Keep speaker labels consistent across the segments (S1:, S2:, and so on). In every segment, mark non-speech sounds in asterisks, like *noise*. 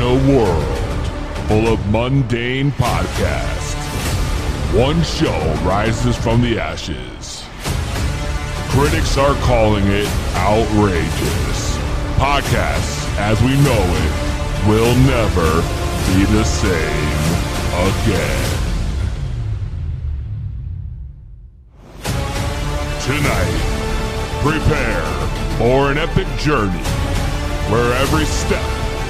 S1: a world full of mundane podcasts. One show rises from the ashes. Critics are calling it outrageous. Podcasts, as we know it, will never be the same again. Tonight, prepare for an epic journey where every step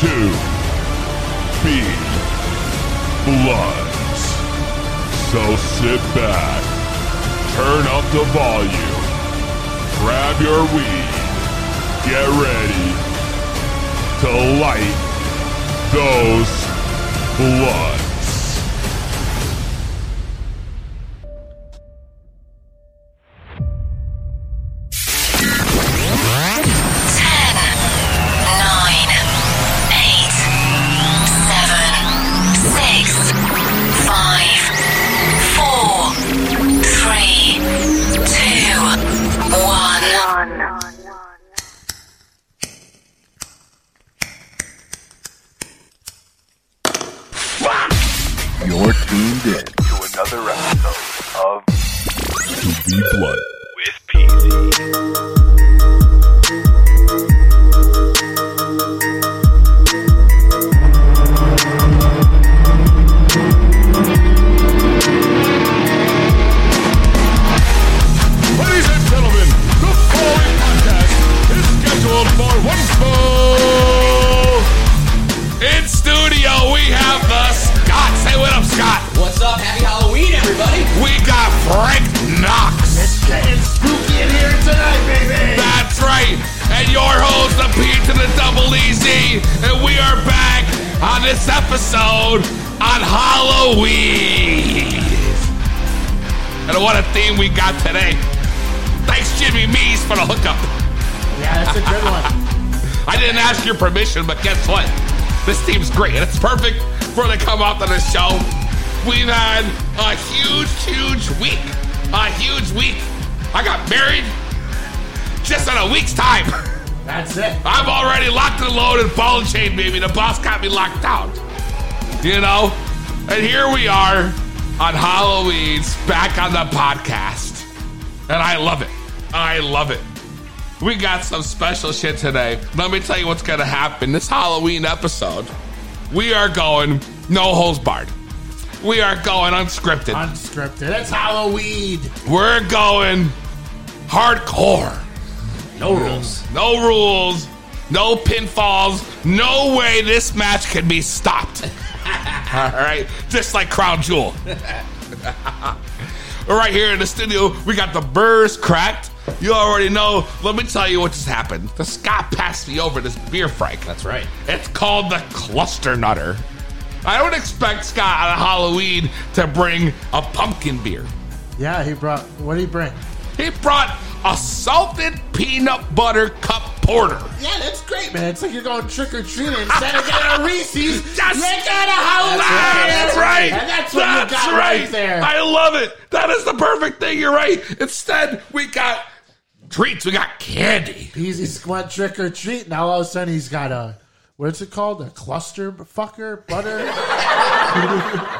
S1: to be bloods. So sit back, turn up the volume, grab your weed, get ready to light those bloods.
S2: You're tuned in to another episode of
S1: To be blood.
S2: With PZ.
S1: Ladies and gentlemen, the following podcast is scheduled for one full. In studio, we have the Scott. Say what up, Scott.
S3: What's up? Happy Halloween, everybody!
S1: We got Frank Knox. It's getting spooky in here tonight, baby. That's right. And your host, the P to the double EZ. And we are back on this episode on Halloween. And what a theme we got today. Thanks, Jimmy Mees, for the hookup.
S3: Yeah, that's a good one.
S1: *laughs* I didn't ask your permission, but guess what? This team's great, and it's perfect for them to come off on the show. We've had a huge, huge week. A huge week. I got married just in a week's time.
S3: That's it.
S1: I'm already locked and loaded, ball and chain, baby. The boss got me locked out. You know? And here we are on Halloween's back on the podcast. And I love it. I love it. We got some special shit today. Let me tell you what's going to happen. This Halloween episode, we are going no holes barred. We are going unscripted.
S3: Unscripted. It's Halloween.
S1: We're going hardcore.
S4: Mm.
S3: No rules.
S1: No rules, no pinfalls, no way this match can
S3: *laughs*
S1: be stopped. All right, just like Crown Jewel. All right, here in the studio, we got the burrs cracked. You already know. Let me tell you what just happened. The Scott passed me over this beer, Frank.
S3: That's right.
S1: It's called the Cluster Nutter. I don't expect Scott on Halloween to bring a pumpkin beer.
S4: Yeah, he brought. What did he bring?
S1: He brought a salted peanut butter cup porter.
S3: Yeah, that's great, man. It's like you're going trick or treating instead of getting a Reese's.
S1: *laughs* Yes!
S3: You got a Halloween.
S1: That's right.
S3: And that's what you got right, there.
S1: I love it. That is the perfect thing. You're right. Instead, we got treats. We got candy.
S4: Easy squat trick or treat. Now all of a sudden he's got a. What's it called? A cluster fucker butter.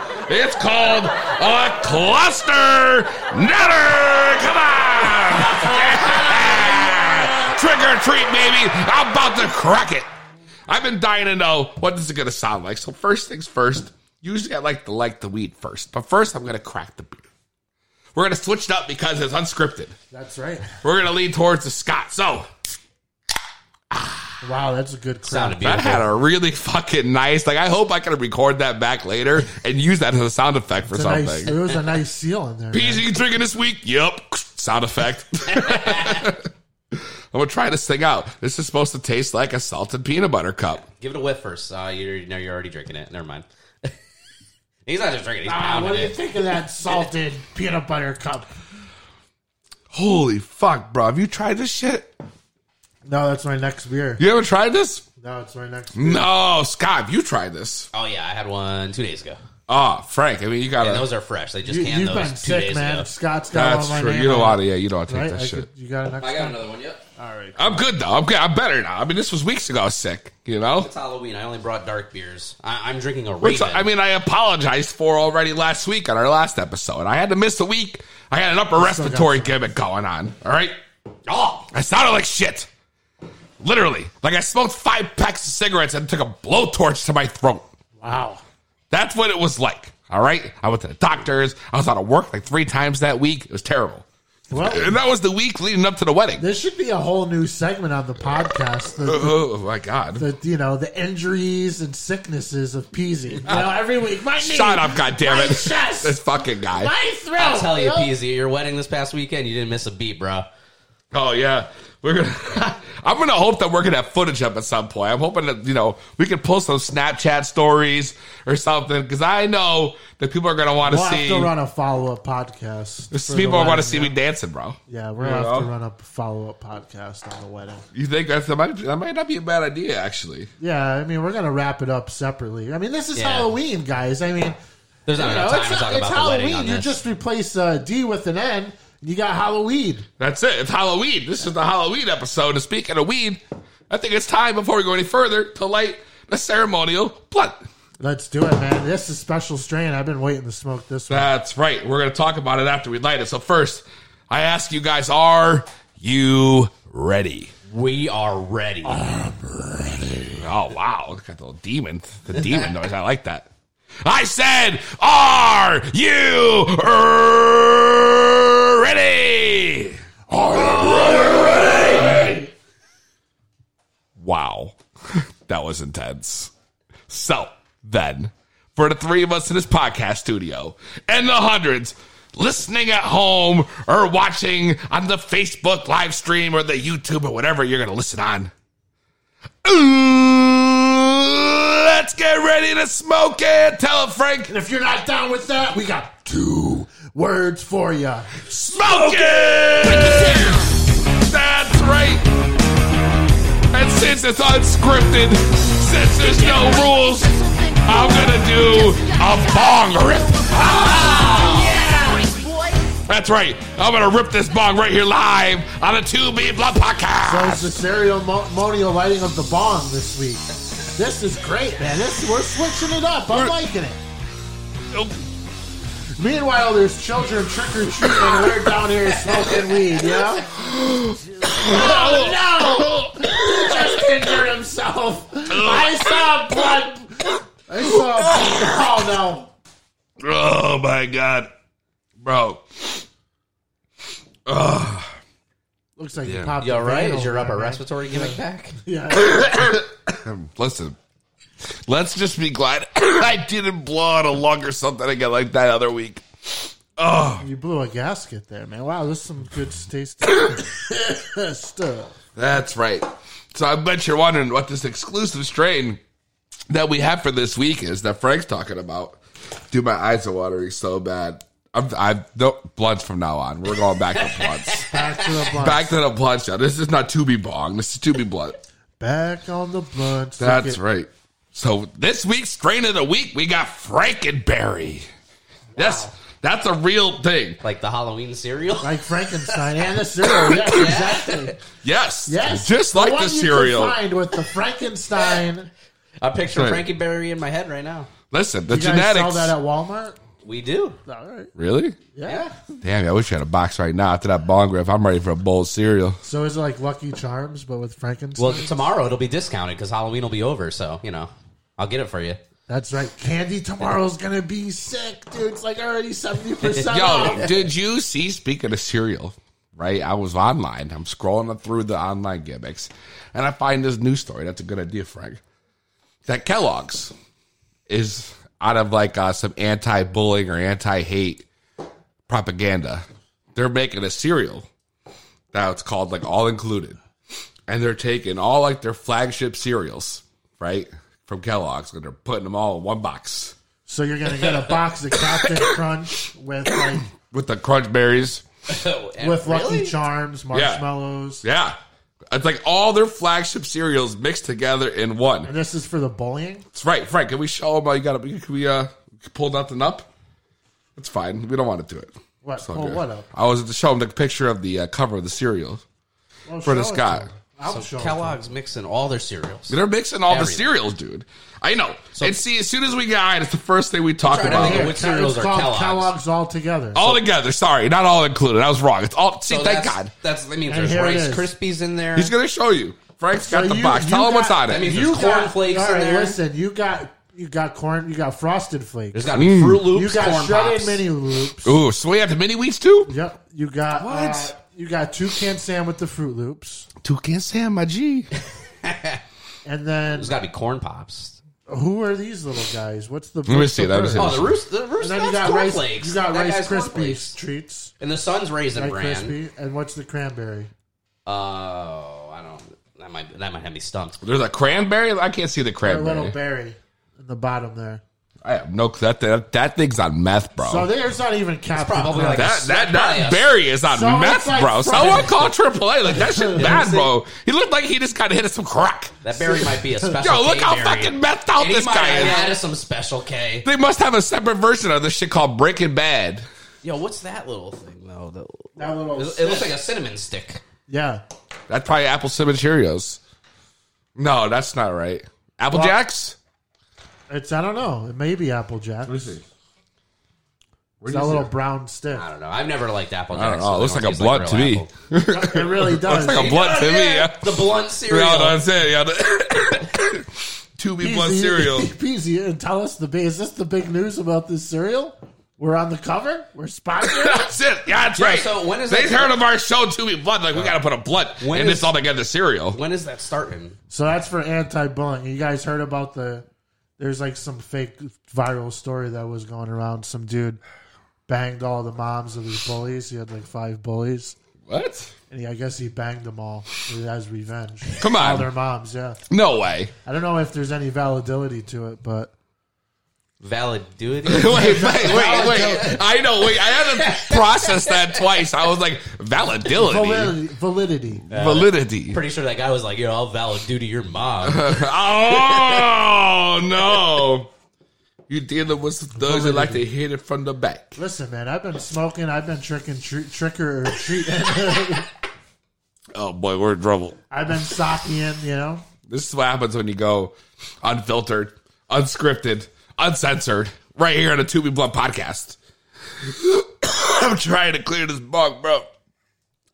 S1: *laughs* It's called a cluster nutter. Come on. *laughs* Trick or treat, baby. I'm about to crack it. I've been dying to know what this is going to sound like. So first things first. Usually I like to like the weed first, but first I'm going to crack the beer. We're going to switch it up because it's unscripted.
S4: That's right.
S1: We're gonna lean towards the Scott. So
S4: Wow, that's a good crowd.
S3: Sounded
S1: that
S3: beautiful.
S1: had a really fucking nice. Like I hope I can record that back later and use that as a sound effect for
S4: It's a
S1: something.
S4: nice, it was a nice seal in
S1: *laughs*
S4: there. man.
S1: PG drinking this week. Yep. Sound effect. gonna try this thing out. This is supposed to taste like a salted peanut butter cup.
S5: Give it a whiff first. Uh, you you know you're already drinking it. Never mind. *laughs* he's not just drinking. He's
S4: Ah,
S5: pounding
S4: what do you
S5: it.
S4: think of that salted peanut butter cup?
S1: Holy fuck, bro! Have you tried this shit?
S4: No, that's my next beer.
S1: You haven't tried this?
S4: No, it's my next.
S1: No, Scott, have you tried this?
S5: Oh yeah, I had one two days ago,
S1: Ah, Frank. I mean, you gotta.
S5: and those are fresh. They just
S4: You,
S5: canned
S4: you've
S5: those
S4: been
S5: two
S4: sick,
S5: days
S4: man.
S5: ago.
S4: Scott's got
S1: that's
S4: all my
S1: true.
S4: name
S1: You don't
S4: on
S1: want to. Yeah, you don't want to
S4: it,
S1: take
S4: right?
S1: that
S4: I
S1: shit.
S4: could- you got a next
S5: I got
S4: one.
S5: another one. Yep.
S4: All right.
S1: I'm good though. I'm good. I'm better now. I mean, this was weeks ago. I was sick. You know.
S5: It's Halloween. I only brought dark beers. I, I'm drinking a
S1: Which
S5: Raven.
S1: I mean, I apologized for already last week on our last episode. I had to miss a week. I had an upper respiratory gimmick going on. All right.
S5: oh,
S1: I sounded like shit. Literally, like I smoked five packs of cigarettes and took a blowtorch to my throat.
S4: Wow.
S1: That's what it was like. All right. I went to the doctors. I was out of work like three times that week. It was terrible.
S4: Well,
S1: And that was the week leading up to the wedding.
S4: this should be a whole new segment on the podcast. The,
S1: Oh my god.
S4: the you know the injuries and sicknesses of Peasy. You
S1: *laughs*
S4: know, every week, my knee,
S1: Shut up,
S4: my
S1: goddammit.
S4: chest,
S1: This fucking guy.
S4: my throat.
S5: I'll tell you,
S4: know?
S5: Peasy, your wedding this past weekend, you didn't miss a beat, bro.
S1: Oh yeah. We're gonna *laughs* I'm gonna hope that we're gonna have footage up at some point. I'm hoping that, you know, we can pull some Snapchat stories or something, because I know that people are gonna wanna
S4: We'll have
S1: see
S4: to run a follow up podcast. for the
S1: people want to
S4: wedding,
S1: see
S4: yeah.
S1: me dancing, bro.
S4: Yeah, we're
S1: You
S4: gonna have to
S1: know?
S4: run up a follow up podcast on the wedding.
S1: You think that's, that might that might not be a bad idea, actually.
S4: Yeah, I mean we're gonna wrap it up separately. I mean this is
S5: Yeah.
S4: Halloween, guys. I mean
S5: There's
S4: you
S5: not
S4: know,
S5: enough time
S4: it's,
S5: to talk
S4: it's
S5: about the wedding on
S4: Halloween. You
S5: this.
S4: just replace uh, D with an N. and You got Halloween.
S1: That's it. It's Halloween. This is the Halloween episode. And speaking of weed, I think it's time before we go any further to light the ceremonial blunt.
S4: Let's do it, man. This is special strain. I've been waiting to smoke this one.
S1: That's right. We're going to talk about it after we light it. So first, I ask you guys, are you ready?
S5: we are ready.
S1: Oh wow, got the little demon, the demon noise. I like that. I said, are you ready? Are you ready? Wow, *laughs* that was intense. So then, for the three of us in this podcast studio and the hundreds listening at home or watching on the Facebook live stream or the YouTube or whatever you're going to listen on, Ooh, let's get ready to smoke it. Tell it, Frank.
S4: And if you're not down with that, we got two words for you.
S1: Smoke it! That's right. And since it's unscripted, since there's no rules, I'm gonna do a bong rip. Ah! That's right. I'm gonna rip this bong right here live on a 2B Blood
S4: So
S1: podcast.
S4: it's the ceremonial lighting of the bong this week. This is great, man. This we're switching it up. I'm liking it. Meanwhile, there's children trick or treating, and we're down here smoking weed. Yeah,
S1: Oh, no!
S4: just injured himself. I saw blood. I saw. Oh no.
S1: Oh my god, bro.
S4: Looks like you popped.
S5: You all
S4: a
S5: right?
S4: vein
S5: Is your
S4: over
S5: upper
S4: there, man.
S5: respiratory gimmick back?
S4: Yeah.
S1: Listen, let's just be glad *coughs* I didn't blow out a lung or something again like that other week.
S4: You blew a gasket there, man. Wow, this is some good *coughs* tasty stuff.
S1: That's right. So I bet you're wondering what this exclusive strain that we have for this week is that Frank's talking about. Dude, my eyes are watering so bad. I'm, I'm no blunts from now on. We're going back to
S4: *laughs*
S1: blunts.
S4: Back to the blunt.
S1: back to the blunts. Now. This is not to be bong. This is to be blunt.
S4: Back on the blunt.
S1: That's right. So this week's strain of the week, we got Frankenberry. Yes, that's a real thing.
S5: Like the Halloween cereal? *laughs*
S4: Like Frankenstein and the cereal. Yes, exactly.
S1: Yes,
S4: Yes.
S1: just like
S4: one
S1: the
S4: you can
S1: cereal.
S4: find with the Frankenstein.
S5: I picture
S1: Right.
S5: Frankie Berry in my head right now.
S1: Listen, the
S4: You guys sell
S1: genetics.
S4: that at Walmart?
S5: We do.
S4: All right.
S1: Really?
S4: Yeah.
S1: Damn, I wish I had a box right now after that bong riff. I'm ready for a bowl of cereal.
S4: So is it like Lucky Charms, but with Frankenstein?
S5: Well, tomorrow it'll be discounted because Halloween will be over. So you know, I'll get it for *laughs* you.
S4: That's right. Candy tomorrow's going to be sick, dude. It's like already *laughs* 70% off.
S1: Yo, did you see? Speaking of cereal, right? I was online. I'm scrolling through the online gimmicks, and I find this news story. That's a good idea, Frank. That Kellogg's is out of like uh, some anti-bullying or anti-hate propaganda. They're making a cereal that's called like All Included, and they're taking all like their flagship cereals, right, from Kellogg's, and they're putting them all in one box
S4: So you're gonna get a box of Captain Crunch with like
S1: with the crunch berries.
S5: Oh, And
S4: with Lucky
S5: really?
S4: Charms, marshmallows.
S1: Yeah, it's like all their flagship cereals mixed together in one.
S4: And this is for the bullying.
S1: That's right, Frank. Can we show them? Uh, you got to. Can we uh, pull nothing up? It's fine. We don't want to do it.
S4: What?
S1: It's all
S4: Oh,
S1: good.
S4: what up?
S1: I was to show him the picture of the uh, cover of the cereal.
S4: Well,
S1: For the
S4: show it to
S1: Scott.
S4: him. I'll show
S5: So
S4: it to
S5: Kellogg's mixing all their cereals.
S1: They're mixing all
S5: Everything.
S1: the cereals, dude. I know. and see, as soon as we got it, it's the first thing we talk
S5: trying to
S1: about.
S5: think
S4: him.
S5: of What cereals
S4: it's
S5: are
S4: called
S5: Kellogg's?
S4: all together.
S1: All together. Sorry, not all included. I was wrong. It's all. See,
S5: So
S1: thank
S5: that's,
S1: God.
S5: That's that means
S4: And
S5: there's
S4: here it
S5: Rice
S4: is.
S5: Krispies in there.
S1: He's gonna show you. Frank's got
S4: So
S1: the
S4: you-
S1: box.
S4: you
S1: Tell him what's
S4: got-
S1: on it.
S5: that means
S4: you
S5: there's corn flakes
S4: all
S5: in
S4: right,
S5: there.
S4: Listen, you got you got corn, you got frosted flakes,
S5: there's got to be
S1: Mm.
S5: Fruit Loops,
S4: you got
S5: corn
S4: shredded
S5: pops.
S4: mini loops.
S1: Ooh, so we have the mini wheats too.
S4: Yep, you got
S5: What?
S4: uh, you got two can Sam with the Fruit Loops,
S1: Two can't say my G.
S4: and then
S5: There's got to be corn pops.
S4: who are these little guys? What's the
S1: me see, let me
S4: what's
S1: see.
S4: the
S5: Oh,
S4: bird?
S5: the Roost, the Roost
S4: And then you
S5: Nuts
S4: got
S5: corn
S4: rice,
S5: flakes.
S4: you got
S5: That
S4: rice
S5: guy's corn flakes.
S4: krispies treats,
S5: and the Sun's Raisin
S4: rice
S5: brand.
S4: crispy, and what's the cranberry?
S5: Oh, I don't. That might that might have me stumped.
S1: There's a cranberry. I can't see the
S4: A little
S1: cranberry.
S4: berry in the bottom there.
S1: I have no. That, that that thing's on meth, bro.
S4: So there's not even Captain.
S5: probably
S4: Crunch.
S5: like
S1: Oh. that that that
S5: Yes.
S1: berry is on
S4: So it's
S1: meth,
S4: like
S1: bro.
S4: Frank-
S1: Someone call AAA. Like that
S4: *laughs*
S1: shit bad, bro. He looked like he just kind of hit some crack.
S5: That berry might
S1: *laughs*
S5: be a special.
S1: Yo, look
S5: K
S1: how
S5: berry.
S1: fucking methed out
S5: And he
S1: this
S5: might
S1: guy
S5: have
S1: is.
S5: added some special K.
S1: They must have a separate version of this shit called Breaking Bad.
S5: Yo, what's that little thing though? The-
S4: That little
S5: it, it looks like a cinnamon stick.
S4: yeah.
S1: That's probably apple cinnamon Cheerios. No, that's not right. Apple
S4: Well-
S1: Jacks.
S4: It's I don't know. It may be Applejack. It's
S1: see.
S4: that little brown stick.
S5: I don't know. I've never liked apple.
S1: I don't know. It looks like a blunt to me. *laughs*
S4: It really does.
S1: like a blunt to me. Yeah.
S5: The
S1: *laughs*
S5: blunt cereal.
S1: No, that's it. Yeah. *coughs* the- Two B blunt
S4: *laughs*
S1: cereal.
S4: Peasy, and tell us the big. Is this the big news about this cereal? We're on the cover. We're sponsored.
S1: *laughs* That's it. Yeah, that's
S5: Yeah,
S1: right.
S5: so when is
S1: they
S5: that-
S1: heard of our show Two B blunt? Like we got to put a blunt
S5: When
S1: in
S5: is-
S1: this all together cereal.
S5: when is that starting?
S4: so that's for anti-bullying. You guys heard about the? There's like some fake viral story that was going around. Some dude banged all the moms of his bullies. He had like five bullies,
S1: What?
S4: and he, I guess he banged them all as revenge.
S1: Come
S4: All their
S1: on.
S4: moms, yeah.
S1: No way. *laughs*
S4: I don't know if there's any validity to it, but
S1: *laughs*
S5: Validity.
S1: Wait, wait, wait,
S5: *laughs*
S1: wait. I know. Wait, I had to process that twice. I was like, validity,
S4: validity, validity.
S1: validity.
S5: Pretty sure that guy was like, "Yo, I'll valid do to
S1: *laughs*
S5: your mom."
S1: Oh
S5: *laughs*
S1: no! You dealing with some thugs that like to hit it from the back.
S4: Listen, man, I've been smoking. I've been tricking, tr- tricker or treat.
S1: Oh boy, we're in trouble.
S4: I've been socking, you know.
S1: This is what happens when you go unfiltered, unscripted, uncensored, right here on a Tubi Blunt podcast. *coughs* I'm trying to clear this bug, bro.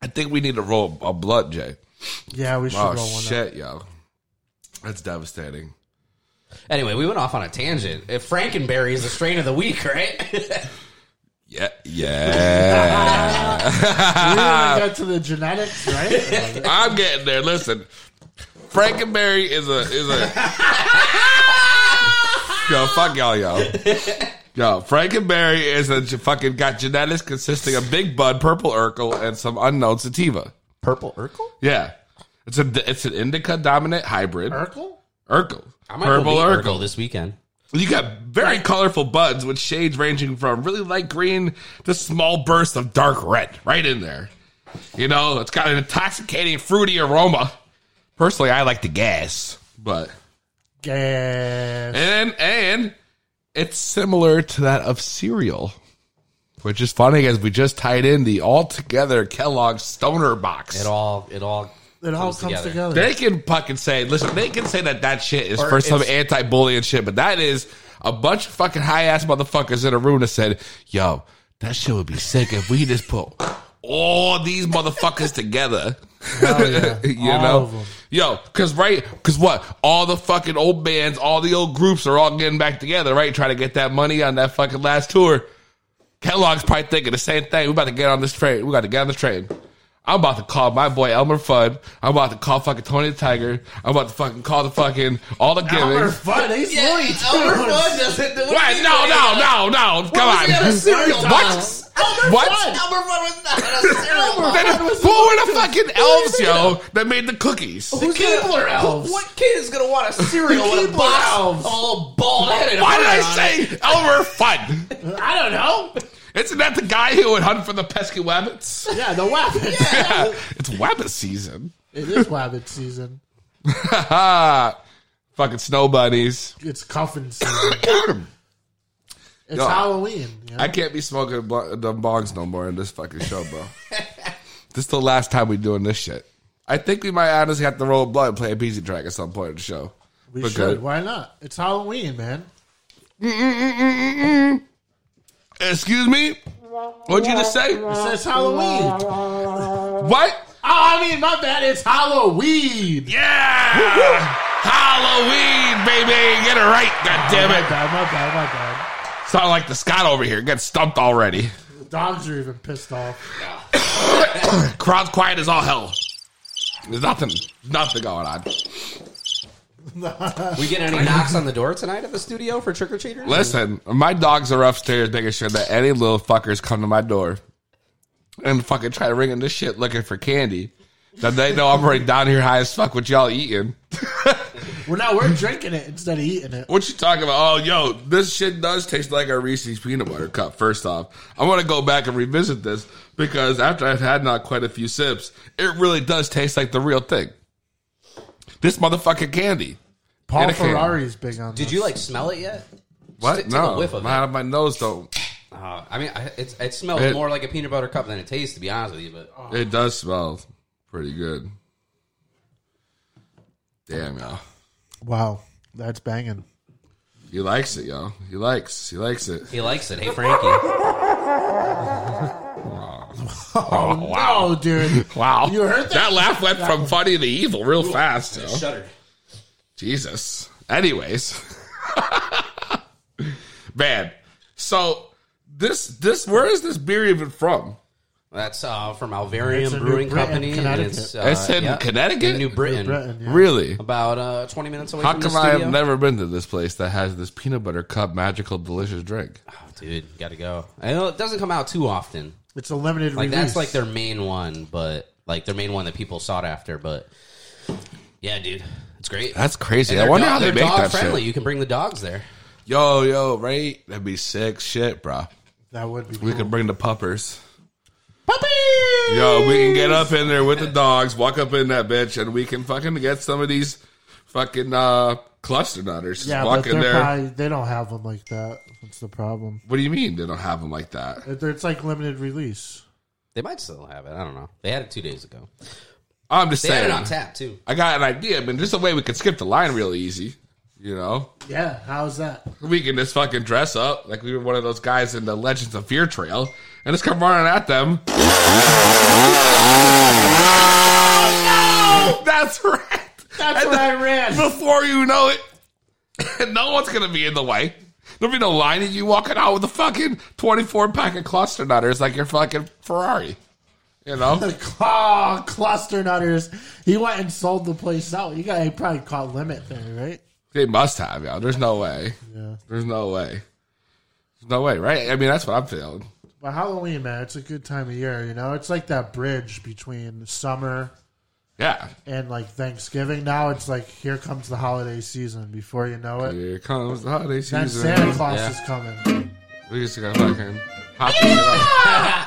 S1: I think we need to roll a blunt, Jay.
S4: Yeah, we should
S1: Oh
S4: roll one. up.
S1: shit, yo, that's devastating.
S5: anyway, we went off on a tangent. If Frankenberry is the strain of the week, right? *laughs*
S1: Yeah,
S4: *laughs*
S1: yeah.
S4: We
S1: Ah.
S4: didn't even get to the genetics, right?
S1: I'm getting there. Listen, Frankenberry is a is a yo fuck y'all yo yo Frankenberry is a ge- fucking got genetics consisting of Big Bud, Purple Urkel, and some unknown sativa.
S5: Purple Urkel.
S1: Yeah, it's a it's an indica dominant hybrid
S4: Urkel?
S1: Urkel.
S5: I might
S1: Purple
S5: Purple Urkel.
S1: Urkel.
S5: this weekend.
S1: You got very colorful buds with shades ranging from really light green to small bursts of dark red right in there. You know, it's got an intoxicating fruity aroma. Personally, I like the gas, but
S4: Yeah.
S1: and and it's similar to that of cereal, which is funny as we just tied in the altogether Kellogg's Stoner box.
S5: It all. It all.
S4: It all comes together.
S5: together.
S1: They can fucking say, listen, they can say that that shit is
S5: Or
S1: for some
S5: it's-
S1: anti bullying shit, but that is a bunch of fucking high ass motherfuckers in a room that said, yo, that shit would be sick if we just put all these motherfuckers together. *laughs* you
S4: All
S1: know?
S4: of 'em.
S1: Yo, cause right, cause what? All the fucking old bands, all the old groups are all getting back together, right? Trying to get that money on that fucking last tour. Kellogg's probably thinking the same thing. We about to get on this train. We got to get on this train. I'm about to call my boy Elmer Fudd. I'm about to call fucking Tony the Tiger. I'm about to fucking call the fucking all the
S4: Elmer
S1: gimmicks.
S4: Fudd, he's
S5: Yeah,
S4: forty-two. *laughs*
S5: Elmer Fudd doesn't do
S1: What? No, no, no, no. Come
S5: What was he on a
S1: on.
S5: cereal
S1: What?
S5: box?
S1: What?
S5: Oh, Number one was not a cereal box.
S1: Then who were the fucking elves, yo, that made the cookies?
S3: Who's Keebler elves?
S5: What kid is gonna want a cereal with a
S3: Keebler
S5: box
S3: elves.
S5: all bald headed?
S1: Why did I say Elmer Fudd?
S3: I don't know.
S1: Isn't that the guy who would hunt for the pesky
S4: *laughs*
S1: wabbits?
S3: Yeah, the weapon.
S1: it's wabbit season.
S4: It is rabbit season.
S1: Uh, Fucking snow bunnies.
S4: It's
S1: *coughs*
S4: cuffing season. It's
S1: Yo.
S4: Halloween. You know?
S1: I can't be smoking bl- the bongs no more in this fucking show, bro. this is the last time we doing this shit. I think we might honestly have to roll blood and play a BZ track at some point in the show.
S4: we
S1: But
S4: should.
S1: good.
S4: Why not? It's Halloween, man.
S1: Excuse me? What'd you just say?
S4: It's Halloween.
S1: What?
S4: Oh, I mean, my bad. It's Halloween.
S1: Yeah! Halloween, baby! Get it right,
S4: My
S1: goddammit!
S4: bad. My bad. My bad.
S1: Sound like the Scott over here got stumped already.
S4: Dogs are even pissed off.
S1: Crowd's quiet as all hell. There's nothing, nothing going on.
S5: We get any knocks on the door tonight at the studio for trick or treaters?
S1: Listen, my dogs are upstairs making sure that any little fuckers come to my door and fucking try ringing this shit looking for candy. That they know I'm right down here high as fuck what y'all eating.
S4: Well, now we're drinking it instead of eating it.
S1: What you talking about? Oh, yo, this shit does taste like our Reese's peanut butter cup. First off, I want to go back and revisit this because after I've had not quite a few sips, it really does taste like the real thing. This motherfucking candy.
S4: Paul
S1: And a can.
S4: Ferrari's big on
S5: Did you like smell it yet?
S1: What?
S5: Just take
S1: no,
S5: a whiff of
S1: my, my nose don't.
S5: Uh, I mean, I- it's, it smells
S1: It-
S5: more like a peanut butter cup than it tastes, to be honest with you. But oh,
S1: It does smell pretty good. Damn, y'all.
S4: Wow, that's banging.
S1: He likes it, y'all. He likes. He likes it.
S5: he likes it. Hey, Frankie.
S1: Oh,
S4: Oh, dude.
S1: *laughs* Wow.
S4: You heard that?
S1: laugh went
S4: *laughs*
S1: from funny to evil real fast. yo.
S5: Shuddered.
S1: Jesus. Anyways, *laughs* man. So this this where is this beer even from?
S5: That's uh, from Alvarium
S4: It's in New
S5: Brewing
S4: Britain,
S5: Company. And
S4: Connecticut.
S5: it's, uh,
S1: It's in
S5: yeah,
S1: Connecticut?
S5: in New Britain.
S4: Breton, yeah.
S1: Really?
S5: About uh, 20 minutes away
S1: How
S5: from the
S1: come I have
S5: studio.
S1: never been to this place that has this peanut butter cup magical delicious drink?
S5: Oh, dude, gotta go. I know it doesn't come out too often.
S4: It's a limited
S5: Like,
S4: release.
S5: that's like their main one, but like their main one that people sought after. But yeah, dude, it's great.
S1: That's crazy.
S5: And
S1: I
S5: they're
S1: wonder
S5: dog-
S1: how they
S5: they're
S1: make
S5: dog
S1: that
S5: friendly.
S1: shit.
S5: You can bring the dogs there.
S1: Yo, yo, right? That'd be sick shit, bro.
S4: that would be.
S1: We
S4: Cool.
S1: could bring the puppers.
S4: Puppy.
S1: Yo, we can get up in there with the dogs, walk up in that bitch, and we can fucking get some of these fucking uh, cluster nutters.
S4: Yeah,
S1: walk
S4: but
S1: in
S4: they're
S1: there.
S4: probably, they don't have them like that. That's the problem.
S1: What do you mean they don't have them like that?
S4: It- It's like limited release.
S5: They might still have it. I don't know. They had it two days ago.
S1: I'm just
S5: They had it
S1: saying.
S5: on tap too.
S1: I got an idea. I mean, there's a way we could skip the line real easy. You know,
S4: Yeah, how's that?
S1: we can just fucking dress up like we were one of those guys in the Legends of Fear trail and just come running at *laughs* them. no, that's right.
S4: That's
S1: And
S4: what I
S1: then
S4: ran.
S1: Before you know it, *laughs* no one's gonna be in the way. There'll be no line of you walking out with a fucking 24 pack of cluster nutters like your fucking Ferrari. You know.
S4: The claw cluster nutters. He went and sold the place out. You got he probably caught limit there, right?
S1: They must have, yo. There's no way.
S4: Yeah.
S1: There's no way. There's no way, right? I mean, that's what I'm feeling.
S4: But Halloween, man, it's a good time of year. You know, it's like that bridge between summer
S1: Yeah.
S4: and like Thanksgiving. Now it's like here comes the holiday season. Before you know it,
S1: Here comes the holiday season.
S4: then Santa Claus
S5: Yeah.
S4: is coming.
S1: We just got fucking hot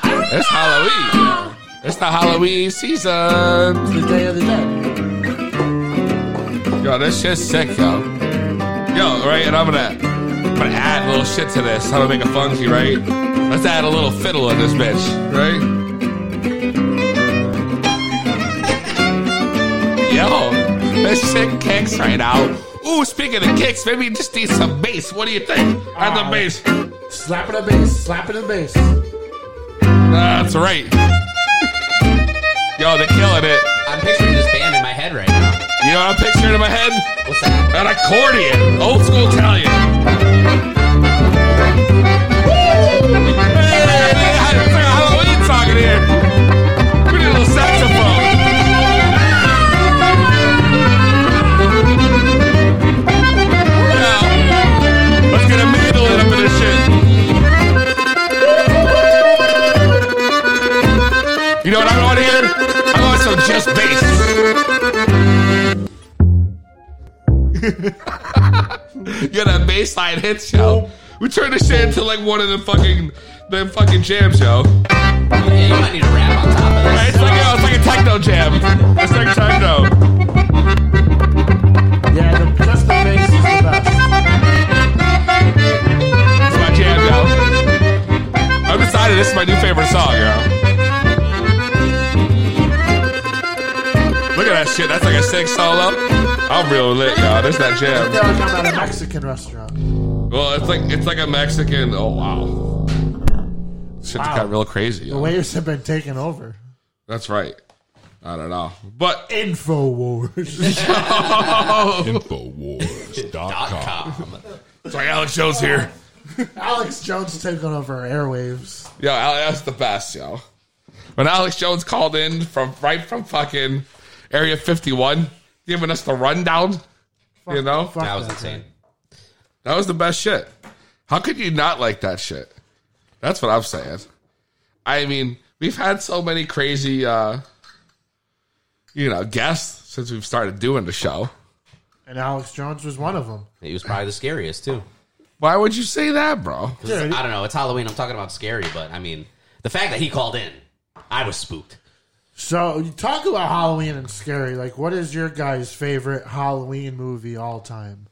S1: this shit up. *laughs* It's Halloween. It's the Halloween season.
S4: The Day of the Dead.
S1: Yo, this shit's sick, yo. Yo, right? And I'm gonna, I'm gonna add a little shit to this. How to make it funky, right? Let's add a little fiddle in this bitch, right? Yo, this shit kicks right now. Ooh, speaking of kicks, maybe you just need some bass. What do you think? Add the
S4: Aw.
S1: bass.
S4: Slapping a bass, slapping a bass.
S1: That's right. Yo, they're killing it.
S5: I'm picturing this band in my head right now.
S1: You know what I'm picturing in my head?
S5: What's that?
S1: An accordion. Old school Italian. Hey, it's like a Halloween song in here. We need a little saxophone. Yeah. Let's get a mandolin up in this shit. you got a baseline hit show. We turned this shit into like one of the fucking the fucking jam show.
S5: Yeah, you might need a rap on top of
S1: Right,
S5: this.
S1: It's like a, it's like a techno jam. It's like techno.
S4: Yeah, the, just the bass is the best.
S1: It's my jam, yo. I'm decided this is my new favorite song, yo. Look at that shit. That's like a six solo. I'm real lit, yo. There's that jam.
S4: I feel like I'm at a Mexican restaurant.
S1: Well, it's like it's like a Mexican. Oh wow, shit just got real crazy.
S4: The
S1: yo.
S4: waves have been taken over.
S1: That's right. I don't know, but
S4: *laughs* Infowars.
S1: Oh. Infowars.com. It's like Alex Jones here.
S4: Alex Jones is taking over airwaves.
S1: Yo, Alex, that's the best, yo. When Alex Jones called in from right from fucking Area 51, giving us the rundown, you know,
S4: Fuck
S5: That was insane.
S1: that was the best shit. How could you not like that shit? That's what I'm saying. I mean, we've had so many crazy, uh, you know, guests since we've started doing the show.
S4: And Alex Jones was one of them.
S5: He was probably the scariest too.
S1: Why would you say that, bro?
S4: Dude,
S5: I don't know. It's Halloween. I'm talking about scary, but I mean, the fact that he called in, I was spooked.
S4: so you talk about Halloween and scary. Like, what is your guy's favorite Halloween movie all time?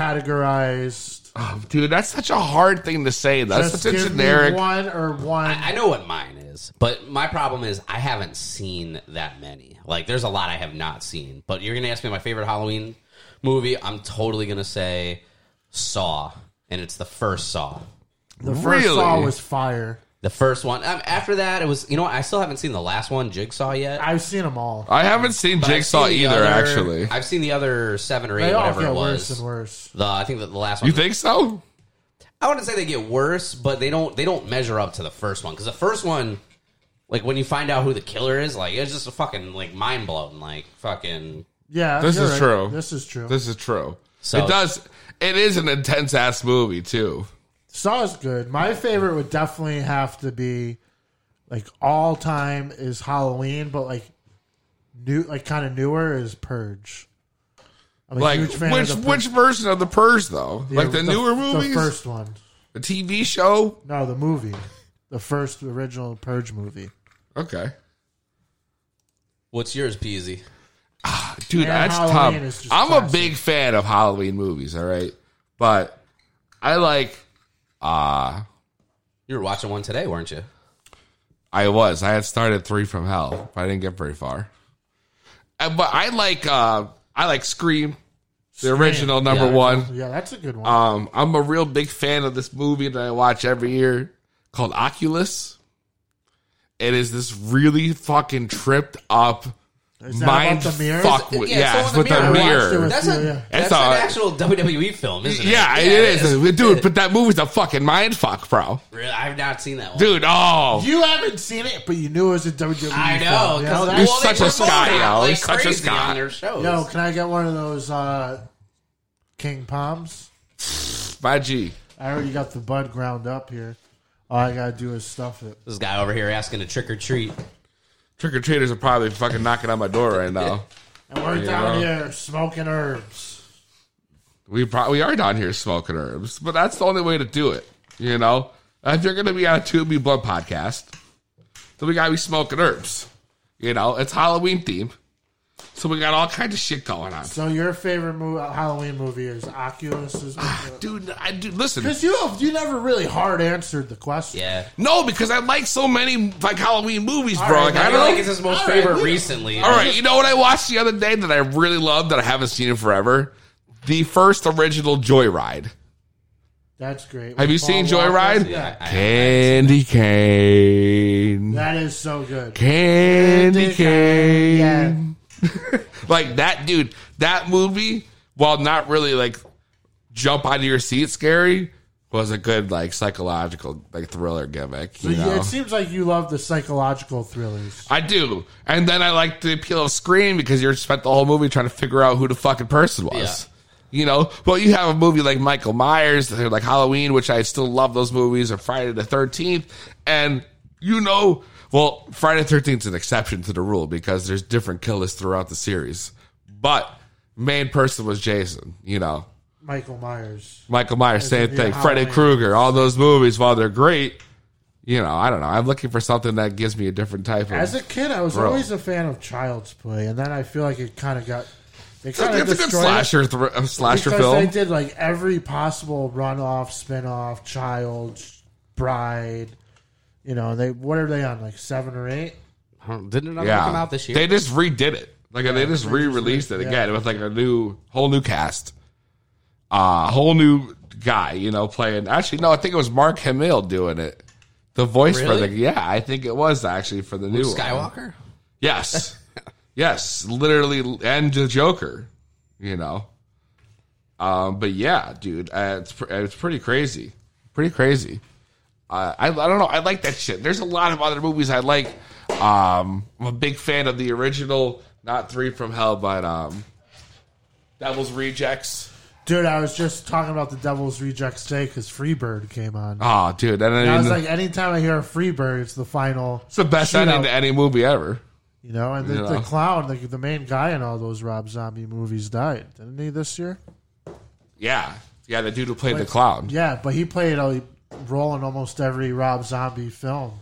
S4: Uncategorized.
S1: Dude, that's such a hard thing to say. That's
S4: Just
S1: such a
S4: give me
S1: generic.
S4: one or one.
S5: I know what mine is, but my problem is I haven't seen that many. Like, there's a lot I have not seen. But you're gonna ask me my favorite Halloween movie. I'm totally gonna say Saw, and it's the first Saw.
S4: the first
S1: really?
S4: Saw was fire.
S5: The first one. Um, after that, it was you know what? I still haven't seen the last one, Jigsaw yet.
S4: I've seen them all.
S1: I haven't seen
S5: But I've
S1: Jigsaw
S5: seen the
S1: either,
S5: other-
S1: actually.
S5: I've seen the other seven or eight,
S4: They all
S5: whatever
S4: get
S5: it
S4: worse
S5: was.
S4: and worse.
S5: The, I think that the last one.
S1: You think so?
S5: I wouldn't say they get worse, but they don't they don't measure up to the first one because the first one, like when you find out who the killer is, like it's just a fucking like mind blowing, like fucking
S4: Yeah,
S1: This
S4: you're
S1: is
S4: right.
S1: true.
S4: This is true.
S1: This is true.
S5: So-
S1: it does. It is an intense ass movie too.
S4: Saw is good. My favorite would definitely have to be like all time is Halloween, but like new, like kind of newer is Purge. I'm a
S1: Like
S4: huge fan
S1: which
S4: of the Purge.
S1: which version of the Purge though? like the, newer movies, the,
S4: the first one.
S1: TV show.
S4: No, the movie, the first original Purge movie.
S1: Okay,
S5: what's yours, Peasy?
S1: dude,
S4: And
S1: that's tough.
S4: Halloween is just
S1: I'm a
S4: classic.
S1: big fan of Halloween movies. All right, but I like. uh
S5: You were watching one today, weren't you?
S1: I was. I had started three from hell, but I didn't get very far. And, but I like. uh I like Scream, the original number
S5: Yeah.
S1: one.
S4: Yeah, that's a good one.
S1: Um, I'm a real big fan of this movie that I watch every year called Oculus. It is this really fucking tripped up
S4: is that
S1: mind
S4: about the mirror?
S1: fuck. With,
S5: Yeah, it's
S1: yeah,
S5: the
S1: it's with
S5: one with the
S1: the
S4: mirror. I watched it
S1: mirror.
S4: with-
S5: That's
S4: you,
S5: a
S4: yeah.
S5: that's
S1: It's a-
S5: an actual WWE film, isn't it?
S1: Yeah, it is,
S4: *laughs*
S1: dude. But that movie's a fucking mind fuck, bro.
S5: Really, I've not seen that one.
S1: Dude, oh,
S4: you haven't seen it, but you knew it was a WWE.
S5: I know.
S4: film. You
S5: 'cause-
S4: that?
S5: well,
S1: You're
S5: they
S1: such a
S5: promote
S1: Scot,
S5: it
S1: yo.
S5: like
S1: You're such a
S5: crazy
S1: Scot.
S5: on their shows.
S4: Yo, can I get one of those uh, King Palms?
S1: my G.
S4: I already got the bud ground up here. All I gotta do is stuff it.
S5: This guy over here asking to trick or treat.
S1: Trick or treaters are probably fucking knocking on my door right now.
S4: And we're down here smoking herbs.
S1: We probably are down here smoking herbs, but that's the only way to do it. You know, if you're going to be on a Two Be Blood podcast, then we got to be smoking herbs. You know, it's Halloween themed, so we got all kinds of shit going on.
S4: So your favorite mo- uh, Halloween movie is
S5: *sighs*
S4: Oculus?
S1: Dude, I do listen.
S4: Because you you never really hard answered the question.
S5: Yeah.
S1: No, because I like so many like Halloween movies, bro.
S4: right,
S1: like,
S5: I
S1: I
S5: feel
S1: don't
S5: like it's his most
S4: All right,
S5: favorite
S4: we-
S5: recently.
S1: All right, you know what I watched the other day that I really loved that I haven't seen in forever? The first original Joyride.
S4: that's great.
S1: Have you
S4: With Paul
S1: seen
S4: Walker?
S1: Joyride?
S4: Yeah.
S5: I-
S1: Candy cane.
S4: That is so good.
S1: Candy cane.
S4: Yeah.
S1: Like that dude, that movie, while not really like jump out of your seat scary, was a good like psychological like thriller gimmick.
S4: So
S1: You
S4: you-
S1: know?
S4: it seems like you love the psychological thrillers.
S1: I do. And then I like the appeal of Scream because you're spent the whole movie trying to figure out who the fucking person was. You know, well, you have a movie like Michael Myers, they're like Halloween, which I still love those movies, or Friday the 13th. And you know, well, Friday the 13th is an exception to the rule because there's different killers throughout the series. But main person was Jason, you know.
S4: Michael Myers.
S1: Michael Myers, same
S4: Yeah,
S1: thing. Freddy
S4: Halloween.
S1: Krueger, all those movies, while they're great, you know, I don't know. I'm looking for something that gives me a different type of.
S4: As a kid, I was
S1: Bro.
S4: always a fan of Child's Play, and then I feel like it kind of got they
S1: it's a
S4: kind of
S1: it's a good
S4: destroyed it
S1: slasher, thr uh, slasher
S4: because they
S1: film.
S4: did like every possible runoff, spinoff, Child, Bride. You know, they what are they on like seven or eight?
S5: I don't- Didn't another
S1: Yeah,
S5: one come out this year?
S1: They just redid it. Like they just re-released it
S4: yeah.
S1: again with like a new, whole new cast, uh, whole new guy. You know, playing. Actually, no, I think it was Mark Hamill doing it. The voice for
S5: Really?
S1: the yeah, I think it was actually for the new one.
S5: Skywalker.
S1: Yes. yes. Literally, and the Joker, you know. Um, but yeah, dude, uh, it's pr- it's pretty crazy, pretty crazy. Uh, I I don't know. I like that shit. There's a lot of other movies I like. Um, I'm a big fan of the original, not Three from Hell, but um, Devil's Rejects.
S4: Dude, I was just talking about the Devil's Rejects today because Freebird came on.
S1: Oh, dude, that
S4: And I was
S1: ending-
S4: like, anytime I hear a Freebird, it's the final.
S1: it's the best
S4: shootout,
S1: ending to any movie ever.
S4: You know, and the, the
S1: Yeah.
S4: clown, the, the main guy in all those Rob Zombie movies, died, didn't he? This year,
S1: Yeah, yeah, the dude who played the clown,
S4: yeah, but he played a role in almost every Rob Zombie film.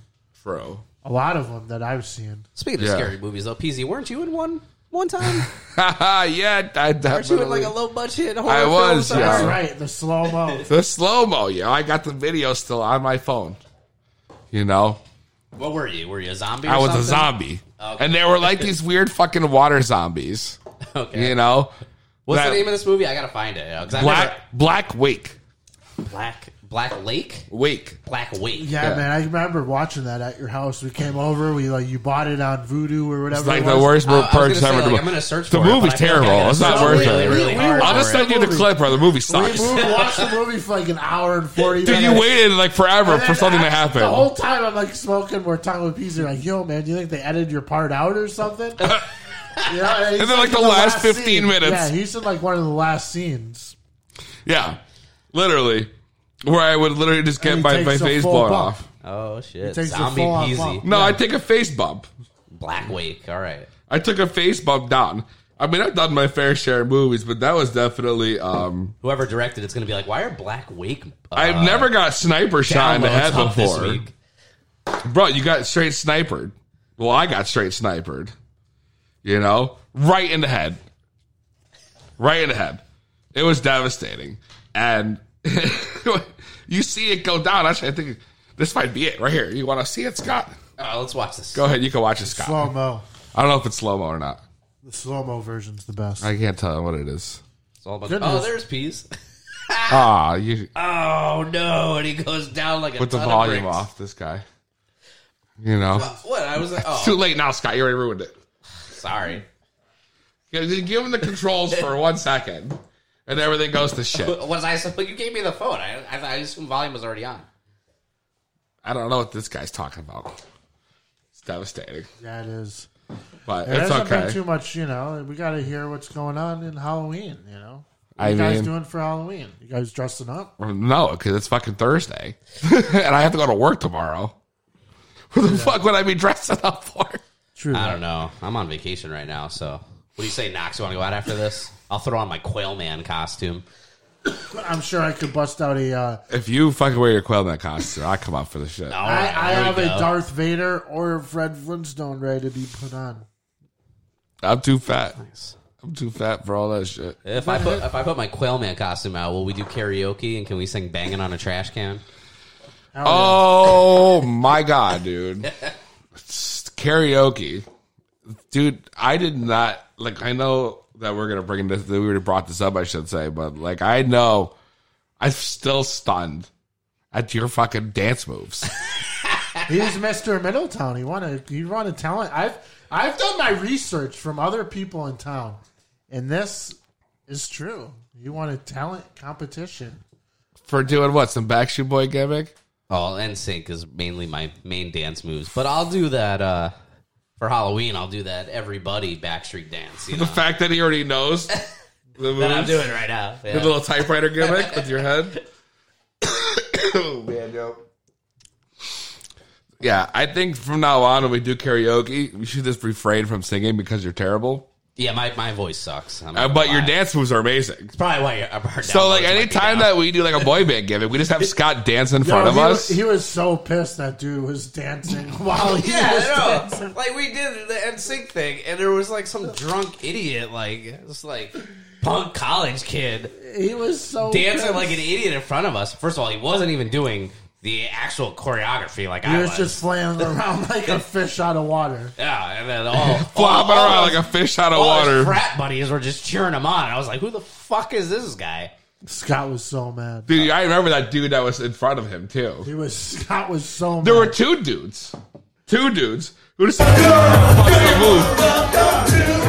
S1: bro. *laughs*
S4: A lot of them that I've seen.
S5: Speaking
S1: Yeah.
S5: of scary movies, though, PZ, weren't you in one one time?
S1: *laughs* yeah, I
S5: Weren't you in like
S1: definitely.
S5: a low budget horror?
S1: I
S5: film
S1: was,
S5: somewhere?
S1: yeah.
S4: That's right, the slow mo.
S1: The slow mo, yo. I got the video still on my phone. You know,
S5: What were you? Were you a zombie?
S1: I
S5: or
S1: was a
S5: something?
S1: zombie,
S5: Okay.
S1: and they were like these weird fucking water zombies.
S5: *laughs* Okay.
S1: You know,
S5: What's
S1: That-
S5: the name of this movie? I gotta find it. Because I
S1: black
S5: remember
S1: black wake
S5: Black Black Lake.
S1: wake.
S5: Black Wake.
S4: Yeah,
S1: Yeah.
S4: man, I remember watching that at your house. We came over, we like you bought it on Voodoo or whatever.
S1: It's like
S4: it
S1: the
S4: was.
S1: worst
S5: I- I was
S1: purchase
S5: gonna say,
S1: ever.
S5: like,
S1: to-
S5: I'm gonna search
S1: the
S5: for it, but
S1: movie's
S5: I feel like I
S1: terrible.
S5: gotta
S1: it's not
S5: search
S1: worth
S5: really,
S1: it.
S5: really hard
S1: I'll just
S5: for
S1: send
S4: it.
S1: you the clip, bro. The movie sucks.
S4: We moved, watched the movie for like an hour and forty.
S1: Dude,
S4: minutes.
S1: you waited like forever
S4: And
S1: for
S5: *laughs*
S4: then
S1: something to
S4: I- The
S1: happen.
S4: whole time I'm like smoking, we're talking with Peasy, like, yo, man, do you think they edited your part out
S1: *laughs*
S4: or something? yeah, and, he's
S1: then, like, the
S4: in
S1: last 15
S4: scene-
S1: minutes.
S4: Yeah, he's in like one of the last scenes.
S1: Yeah, literally, where I would literally just get
S4: And he
S1: my,
S4: takes
S1: my
S4: a
S1: face
S4: full
S1: blown
S4: bump.
S1: off.
S5: Oh shit!
S4: takes a
S5: Zombie
S4: full-on
S5: Peasy.
S4: bump.
S1: No, I take a face bump.
S5: Black Wake. All right.
S1: I took a face bump down. I mean, I've done my fair share of movies, but that was definitely. Um,
S5: Whoever directed it's gonna be like, why are Black Wake? Uh,
S1: I've never got sniper shot in the
S5: downloads
S1: head
S5: up this
S1: before,
S5: week?
S1: bro. You got straight snipered. Well, I got straight snipered. You know, right in the head, right in the head. It was devastating, and *laughs* you see it go down. Actually, I think this might be it right here. You want to see it, Scott?
S5: Uh, let's watch this.
S1: Go ahead. You can watch it, Scott.
S4: Slow mo.
S1: I don't know if it's slow mo or not.
S4: The slow mo version's the best.
S1: I can't tell what it is.
S5: It's all about-
S4: Goodness.
S5: oh, there's Peas. *laughs*
S1: Ah, you.
S5: Oh no! And he goes down like a
S1: with the
S5: ton of
S1: volume
S5: bricks. Uh,
S1: off, this guy. You know,
S5: What? I was like,
S1: too
S4: *laughs*
S5: oh,
S1: late now, Scott. You already ruined it.
S5: sorry.
S1: Give give him the controls for one second, and everything goes to shit.
S5: Was I? so- You gave me the phone. I I, I assumed volume was already on.
S1: I don't know what this guy's talking about. It's devastating,
S4: yeah, it is.
S1: but
S4: There
S1: it's
S4: hasn't been
S1: okay.
S4: too much, you know. We got to hear what's going on in Halloween. You know, what
S1: I
S4: you guys
S1: mean-
S4: doing for Halloween? You guys dressing up?
S1: No, because it's fucking Thursday, *laughs* and I have to go to work tomorrow. *laughs* What the fuck would I be dressing up for?
S4: True.
S5: I don't know. I'm on vacation right now, so what do you say, Knox? You want to go out after this? I'll throw on my Quail Man costume.
S4: I'm sure I could bust out a. Uh,
S1: If you fucking wear your Quailman costume, I come up for the shit.
S5: All
S4: I,
S5: right,
S4: I
S5: there we
S4: have a
S5: go.
S4: Darth Vader or a Fred Flintstone ready to be put on.
S1: I'm too fat. I'm too fat for all that shit.
S5: If I
S4: *laughs*
S5: put if I put my Quail Man costume out, will we do karaoke and can we sing "Banging on a Trash Can"?
S4: Hell
S1: Oh my god, dude! It's karaoke, dude. I did not like. I know that we're gonna bring this. That we already brought this up. I should say, but like, I know I'm still stunned at your fucking dance moves.
S4: He's Mr. Middletown. He won a he won a talent. I've I've done my research from other people in town, and this is true. You won a talent competition.
S1: For doing what? Some Backstreet Boy gimmick?
S5: Oh, and sync is mainly my main dance moves, but I'll do that uh, for Halloween. I'll do that everybody Backstreet dance. You know
S1: The fact that he already knows the moves,
S5: that I'm doing right now. Yeah.
S1: the little typewriter gimmick with your head. oh man, yo. Yeah, I think from now on when we do karaoke, we should just refrain from singing because you're terrible.
S5: Yeah, my, my voice sucks. I'm not
S1: Uh,
S5: gonna
S1: but your
S5: lie.
S1: dance moves are amazing.
S5: Probably why your- our
S1: So like
S5: downloads might be
S1: anytime that
S5: down.
S1: we do like a boy band gimmick, we just have Scott dance in front
S4: Yo,
S1: of
S4: he,
S1: us.
S4: He was so pissed that dude was dancing *laughs* while he
S5: Yeah,
S4: was
S5: I
S4: dancing.
S5: *laughs* know. Like we did the NSYNC thing, and there was like some drunk idiot, like just like punk college kid
S4: He was so
S5: dancing
S4: pissed.
S5: like an idiot in front of us. First of all, he wasn't even doing the actual choreography like
S4: He
S5: I
S4: was,
S5: was.
S4: just
S5: *laughs*
S4: flailing around like a fish out of water.
S5: yeah, and then *laughs* all
S1: Flopping
S4: Oh,
S5: all- all
S1: around
S5: those-
S1: like a fish out of
S5: all his
S1: water.
S5: Oh, frat buddies were just cheering him on. I was like, "Who the fuck is this guy?"
S4: Scott was so mad.
S1: Dude, I remember that dude that was in front of him
S4: He
S1: too.
S4: was Scott was so mad.
S1: There were two dudes, two dudes who just fucking *laughs* moved.